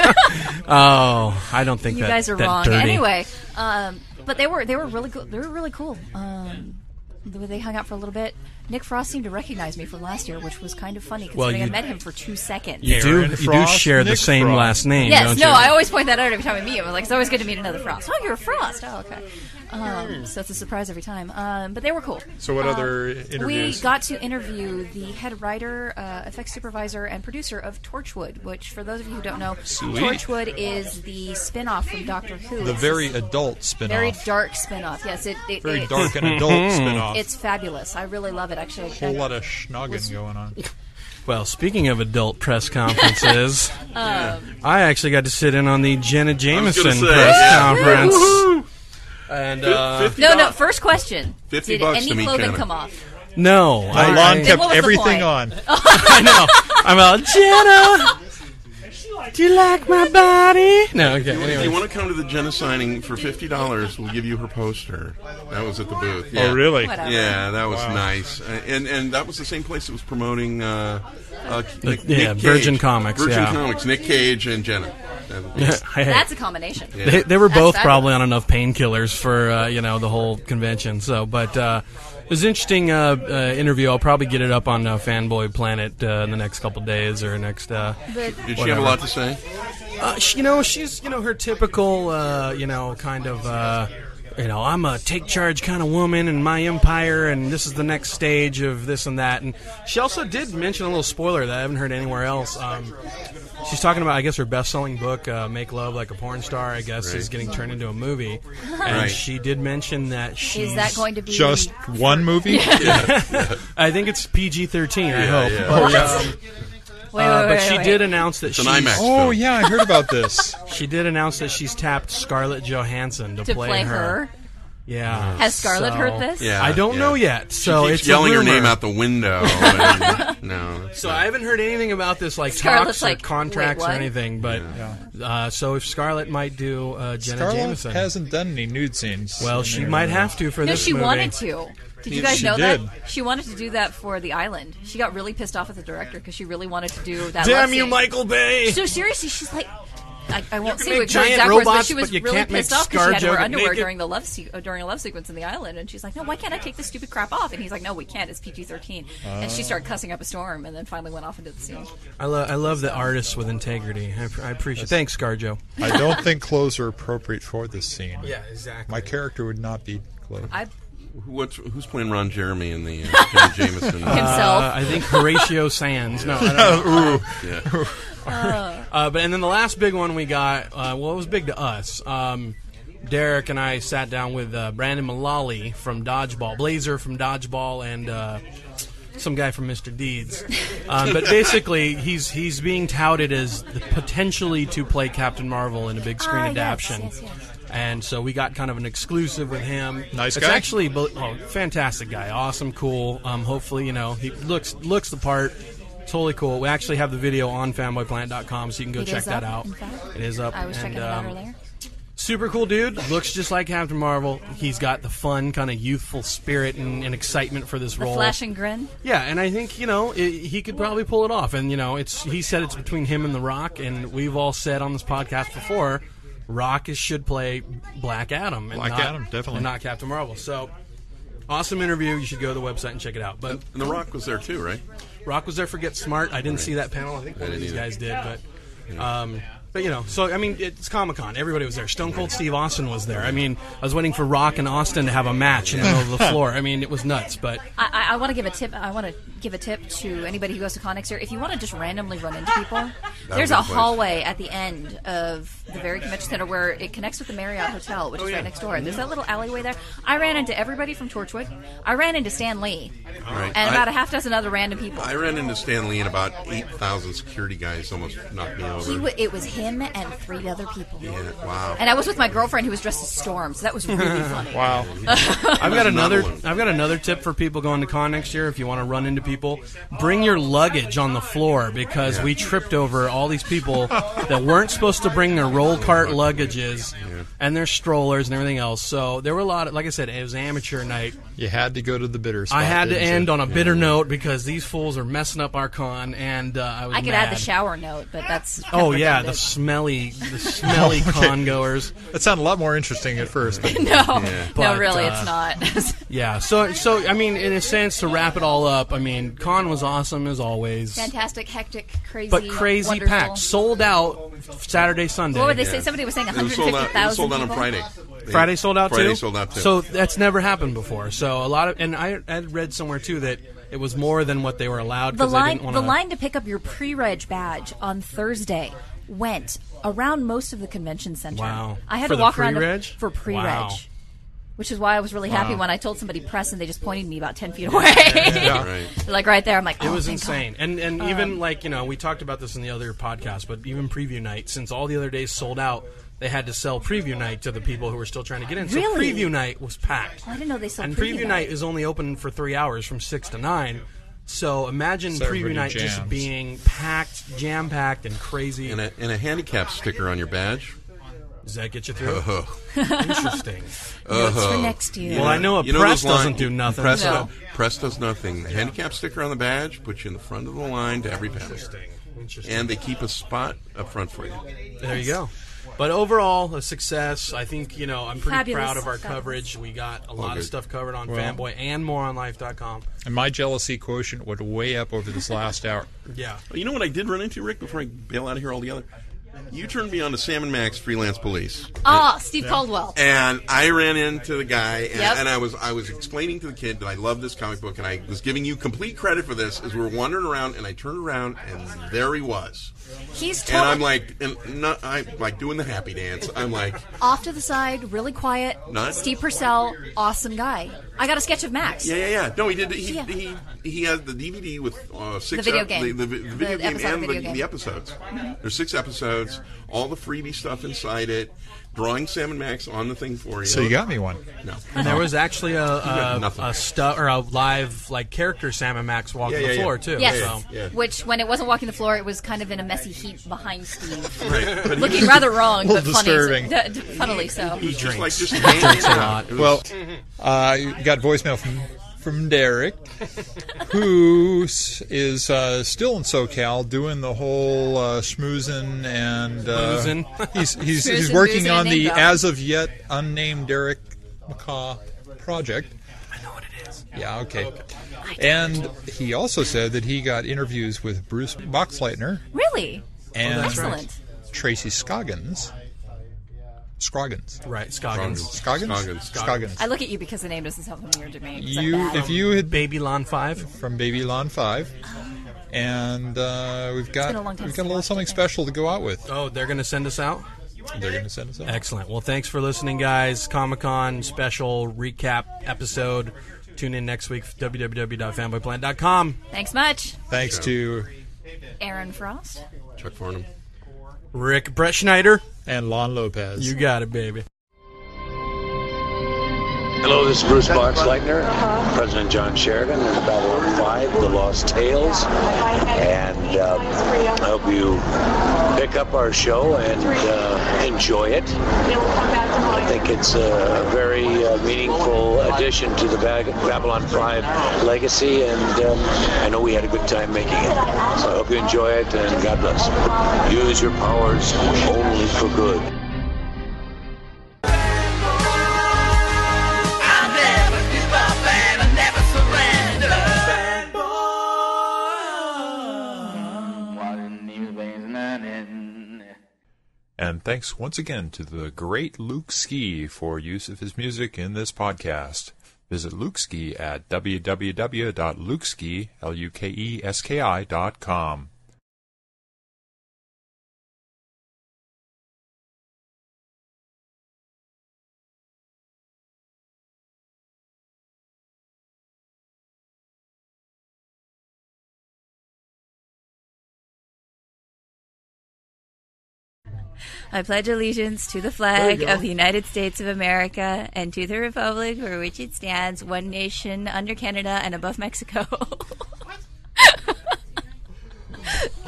oh, I don't think
You
that,
guys are
that
wrong.
dirty.
Anyway, um, but they were they were really cool. They were really cool. Um, th- they hung out for a little bit. Nick Frost seemed to recognize me from last year, which was kind of funny
Well,
considering I
you-
met him for two seconds.
You do,
Aaron
you do
Frost,
share the
Nick
same
Frost.
last name.
Yes,
don't
no,
you?
I always point that out every time I meet him. I'm like, it's always good to meet another Frost. Oh, you're a Frost. Oh, okay. Um, so it's a surprise every time. Um, but they were cool.
Hmm. So what
Um,
other interviews?
We got to interview the head writer, uh, effects supervisor, and producer of Torchwood, which, for those of you who don't know, Torchwood is the spin-off from Doctor Who.
the
It's
very adult spin
very
off.
dark spin-off. Yes, it, it
Very
it's,
dark and
Mm-hmm.
adult spin off.
It's fabulous. I really love it. Actually,
a whole lot of schnogging going on.
Well, speaking of adult press conferences,
Um,
I actually got to sit in on the Jenna Jameson
gonna
press
say, yeah.
conference. And uh,
Fifty
no, no.
bucks.
First question:
50
Did
bucks
any
to me,
clothing
Janet.
come off?
no, I,
Lon
Then
kept
what was the point?
everything on.
I know. I'm out, Jenna. Do you like my body? No, okay.
If
Anyway.
you want to come to the Jenna signing for fifty dollars, we'll give you her poster. That was at the booth. Yeah.
Oh, really?
Whatever.
Yeah, that was nice, Uh, and and that was the same place that was promoting uh, uh, Nick,
yeah,
Nick
Virgin
Cage.
Comics,
Virgin
yeah.
Comics, Nick Cage and Jenna.
Hey,
That's a combination.
they, they were both
fabulous.
probably on enough painkillers for uh, you know the whole convention. So, but uh, it was an interesting uh, uh, interview. I'll probably get it up on uh, Fanboy Planet uh, in the next couple days or next. Uh,
Did
But
she have
Whatever.
a lot to say?
Uh, she, you know, she's you know her typical uh, you know kind of uh, you know I'm a take charge kind of woman and my empire and this is the next stage of this and that. And she also did mention a little spoiler that I haven't heard anywhere else. Um, she's talking about I guess her best selling book, uh, Make Love Like a Porn Star. I guess is getting turned into a movie, and
Right.
she did mention that she's.
is that going to be
Just one movie?
I think it's PG thirteen. I
Yeah,
hope.
yeah.
But,
What?
um,
Wait,
uh,
wait,
but
wait,
she
wait.
did announce that
It's an
she's-
IMAX.
Oh
film.
yeah, I heard about this.
She did announce that she's tapped Scarlett Johansson to,
to play, her.
Yeah.
Has Scarlett
So-
heard this?
Yeah,
I don't
yeah.
know yet.
She
So
keeps
it's a
yelling her
rumor.
name out the window. and- no.
So I haven't heard anything about this, like
Scarlett's
talks
like,
or contracts
"Wait,
or
what?"
anything. But uh, so if Scarlett might do uh, Jenna
Scarlett
Jameson,
hasn't done any nude scenes.
well,
in
she
there.
might have to for
No,
this
she
movie.
wanted to. Did you
Yeah,
guys
she
know
did.
that she wanted to do that for The Island? She got really pissed off at the director because she really wanted to do that. love
Damn you,
scene.
Michael Bay!
So seriously, she's like. I, I won't
can
say
make
what her
giant
exact words, but
robots,
she was
but you
really
can't make
pissed off because she had to
ScarJo
wear underwear
naked.
during the love se- uh, during a love sequence in the island, and she's like, "No, why can't I take this stupid crap off?" And he's like, "No, we can't. It's PG thirteen. and
Uh.
she started cussing up a storm, and then finally went off into the scene.
I, lo- I love the artists with integrity. I, I appreciate. Thanks, ScarJo.
I don't think clothes are appropriate for this scene.
exactly.
My character would not be clothed.
I
What's, who's playing Ron Jeremy in the uh, Jenna Jameson?
himself.
Uh, I think Horatio Sands. No, I don't know.
yeah.
Oh.
Uh, but and then the last big one we got, uh, well, it was big to us. Um, Derek and I sat down with uh, Brandon Mullally from Dodgeball, Blazer from Dodgeball, and uh, some guy from Mr. Deeds. Um, but basically, he's he's being touted as the potentially to play Captain Marvel in a big screen
Ah, yes,
adaptation.
yes, yes.
And so we got kind of an exclusive with him.
Nice
it's
guy?
actually bel- oh, fantastic guy, awesome, cool. Um, hopefully, you know, he looks looks the part. Totally cool. We actually have the video on fanboyplanet.com, so you can go
It
check
is
that
up,
out.
in fact.
It is up.
I was
and,
checking it out
um,
earlier.
Super cool dude. Looks just like Captain Marvel. He's got the fun, kind of youthful spirit and, and excitement for this
The
role.
flashing grin.
Yeah, and I think you know i he could probably pull it off. And you know, it's he said it's between him and The Rock, and we've all said on this podcast before, Rock is, should play Black Adam, and
Black
not,
Adam, definitely.
and not Captain Marvel. So, awesome interview. You should go to the website and check it out. But
And The Rock was there too, right?
Rock was there for Get Smart. I didn't see that panel. I think one of
didn't
these
either.
guys did, but. Um, But you know, so I mean, it's Comic Con. Everybody was there. Stone Cold Steve Austin was there. I mean, I was waiting for Rock and Austin to have a match in the middle of the floor. I mean, it was nuts. But
I, I, I want to give a tip. I want to give a tip to anybody who goes to Connex here. If you want to just randomly run into people, there's
be
a
the place.
hallway at the end of the very convention center where it connects with the Marriott Hotel,
Oh,
which is right next door. There's that little alleyway there. I ran into everybody from Torchwood. I ran into Stan Lee
Right.
and
I-
about a half dozen other random people.
I ran into Stan Lee and about 8,000 security guys almost knocked me over.
He w- it was him and three other people.
yeah, wow.
And I was with my girlfriend who was dressed as Storm, so that was really funny.
Wow.
I've got
There's
another.
another one.
I've got another tip for people going to con next year. If you want to run into people, bring your luggage on the floor because we tripped over all these people that weren't supposed to bring their roll cart luggages and their strollers and everything else. So there were a lot. Of, like I said, it was amateur night.
You had to go to the bitter spot.
I had to
didn't you?
end on a bitter note because these fools are messing up our con, and uh, I was.
I could add
mad.
the shower note, but that's kind
Oh
of
yeah, the
redundant.
smelly, the smelly con goers.
Oh, That sounded a lot more interesting at first. But
no,
But,
no, really,
uh,
it's not.
Yeah, so so I mean, in a sense, to wrap it all up, I mean, con was awesome as always.
Fantastic, hectic, crazy,
but crazy
wonderful.
packed, sold out Saturday, Sunday.
What would they say? Somebody was saying
It was sold
150,000
out, it was sold out on
people.
Friday.
Friday sold out
Friday
too.
sold out too.
So that's never happened before. So a lot of, and I I read somewhere too that it was more than what they were allowed.
The
'cause they
line,
didn't wanna-
the line to pick up your pre-reg badge on Thursday went around most of the convention center.
Wow.
I had
For
to
the
walk around
pre-reg?
for pre-reg.
Wow.
Which is why I was really happy
Wow.
when I told somebody press and they just pointed me about ten feet away,
Right.
like right there. I'm like,
It
"Oh,
was
thank God." Um,
insane, and and even like you know we talked about this in the other podcast, but even preview night, since all the other days sold out, they had to sell preview night to the people who were still trying to get in. So
Really?
preview night was packed.
I didn't know they sold
and
preview
preview night is only open for three hours from six to nine. So imagine
So
preview
everybody
night just
jams.
being packed, jam packed, and crazy.
And a, and a handicap sticker on your badge.
Does that get you through?
Oh.
Interesting.
What's for next year?
Well, I know a
You know
press
those line-
doesn't do nothing.
Press,
No.
press does nothing. The handicap sticker on the badge puts you in the front of the line to every panel.
Interesting.
And they keep a spot up front for you.
There you go. But overall, a success. I think, you know, I'm pretty
Fabulous.
proud of our
Fabulous.
coverage. We got a lot
good.
of stuff covered on Fanboy and more on Life.com.
and my jealousy quotient went way up over this last hour.
Yeah.
But you know what I did run into, Rick, before I bail out of here altogether? You turned me on to Sam and Max Freelance Police.
Oh, Steve Caldwell.
and I ran into the guy, and,
Yep.
and I was I was explaining to the kid that I love this comic book, and I was giving you complete credit for this. As we were wandering around, and I turned around, and there he was,
He's
and I'm
totally
like, and not, I'm like doing the happy dance. I'm like,
off to the side, really quiet.
Not-
Steve Purcell, awesome guy. I got a sketch of Max.
yeah, yeah, yeah. No, he did. He
Yeah.
he he has the DVD with uh, six
The video
ep-
game.
the, the, vi-
The
video game
episode
and
video
the,
game.
the episodes. There's six episodes, all the freebie stuff inside it. Drawing Sam and Max on the thing for you.
So you got me one.
no.
And there was actually a a,
nothing.
a stu- or a live like character Sam and Max
Yeah,
walking the
yeah, yeah.
floor too.
Yes.
So.
yeah.
Which, when it wasn't walking the floor, it was kind of in a messy heap behind Steve.
Right, but he
Looking rather wrong,
A
but
little
funny.
disturbing.
d- d- Funnily so.
was just like just
drinks a
hanging out.
lot.
It was-
Well, I got voicemail from from Derek, who s- is uh, still in SoCal doing the whole uh, schmoozing and uh,
Schmoozin'.
he's he's, he's
Schmoozin',
working
boozin',
on
and
the
name
as of yet unnamed Derek McCaw project. I know what it is. Yeah. Okay. And he also said that he got interviews with Bruce Boxleitner
Really?
and
Excellent.
Tracy Scoggins. Scroggins.
Right, Scoggins.
Scoggins?
Scoggins.
Scoggins.
I look at you because the name doesn't sound familiar to me. It's like
You,
that.
if you had
Baby Lon Five.
from Baby Lawn Five, and uh, we've got
been a long time
we've got a
since I
little
watched
something
it.
special to go out with.
Oh, they're gonna send us out.
They're going to send us out.
Excellent. Well, thanks for listening, guys. Comic Con special recap episode. Tune in next week. www.fanboyplanet.com.
Thanks much,
Thanks to
Aaron Frost.
Chuck Farnham.
Rick Brett Schneider.
and Lon Lopez.
You got it, baby.
Hello, this is Bruce Boxleitner, President John Sheridan and the Babylon 5, The Lost Tales. And uh, I hope you pick up our show and uh, enjoy it. I think it's a very uh, meaningful addition to the Bag- Babylon 5 legacy, and um, I know we had a good time making it. So I hope you enjoy it, and God bless. Use your powers only for good.
And thanks once again to the great Luke Ski for use of his music in this podcast. Visit Luke Ski at www.lukeski, E L-U-K-E-S-K-I dot com.
I pledge allegiance to the flag of the United States of America and to the republic for which it stands, one nation under Canada and above Mexico.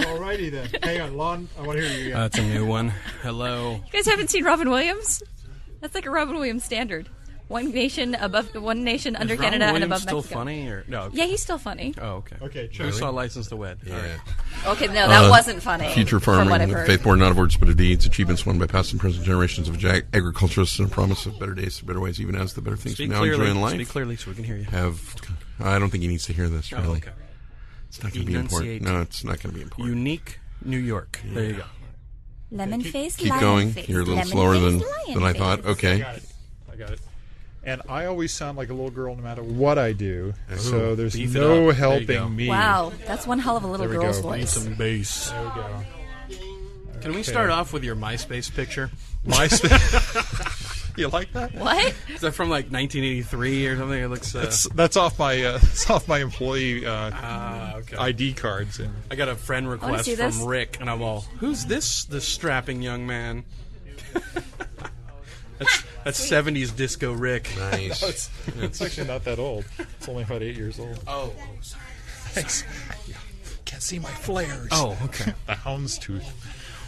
Alrighty then. Hang on, Lon. I want to hear you. Again.
That's a new one. Hello.
You guys haven't seen Robin Williams? That's like a Robin Williams standard. One nation above, one nation under
Is Robin
Canada and
Williams
above
still
Mexico.
funny or no?
Yeah, he's still funny.
Oh, okay.
Okay,
Who
Charlie.
saw License to Wed? All right.
Okay, no, that
Uh,
wasn't funny.
Future
from what I've
farming,
heard.
faith born not of words but of deeds, achievements won by past and present generations of ag- agriculturists, and a promise of better days, better ways, even as the better things
Speak
we now
clearly.
enjoy in life.
Speak clearly so we can hear you.
Have, I don't think he needs to hear this.
Oh,
Really,
okay.
it's not going to be important.
Enunciate.
No, it's not going to be important.
Unique New York. There you go.
Lemon face,
Keep
lion
going.
face,
You're a little
lemon
slower
face,
than
lion
than I
face.
thought. Okay.
I got it. And I always sound like a little girl no matter what I do.
Ooh,
so there's
beef it up. There
no
you
helping
go.
me.
Wow, that's one hell of a little
There we
girl's
go.
voice.
bass.
There we go.
Can we
Okay.
start off with your MySpace picture?
MySpace. you like that?
What?
Is that from like 1983 or something? It looks. Uh,
That's, that's off my uh, that's off my employee uh,
ah, okay.
ID cards. And
I got a friend request
see
from
this.
Rick, and I'm all, "Who's this? This strapping young man?" that's that's 70s disco Rick.
Nice.
it's actually not that old. It's only about eight years old.
Oh, sorry.
Thanks. Can't see my flares.
Oh, okay.
the houndstooth.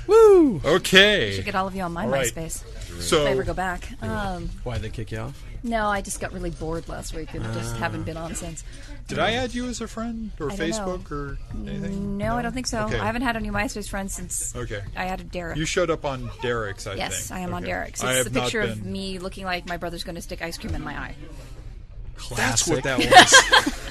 Woo!
Okay.
Should get all of you on my
All right.
MySpace. If I ever
So
go back. Um,
Why they kick you off?
no, I just got really bored last week and just haven't been on since.
Ah. did I add you as a friend or
I don't know. Mm,
Facebook or anything?
No, I don't think so.
Okay.
I haven't had any MySpace friends since
Okay.
I added Derek.
You showed up on Derek's, I think.
yes, I am on
Okay.
Derek's.
I
It's
have
the
not
picture of
been-
me looking like my brother's going to stick ice cream in my eye.
That's what that was.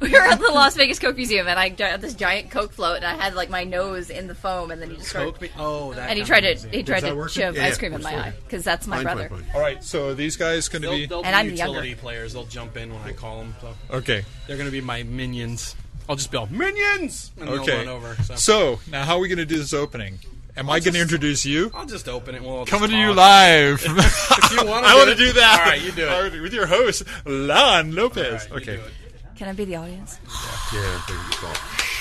We were at the Las Vegas Coke Museum, and I had this giant Coke float, and I had like my nose in the foam, and then he just
Coke.
started,
me- Oh, that.
and he
kind
tried
of
to he
music.
tried
that
to
working?
shove
Yeah,
ice cream in my
fine.
eye because that's my
Fine,
brother.
fine, fine.
all right, so are these guys going to
They'll,
be
they'll
And
be
I'm
utility
younger.
players. They'll jump in when I call them. So
okay.
they're going to be my minions. I'll just be all minions, and they'll
Okay.
run over. So.
So now, how are we going to do this opening? Am I going to
just-
introduce you?
I'll just open it. and We'll
Coming
just
to you
talk.
live.
you wanna
I
do
want to
it.
do that.
All right, you do it.
All right, with your host, Lon
All
Lopez.
right, you
okay.
do it.
Can I be the audience?
Yeah, there you go.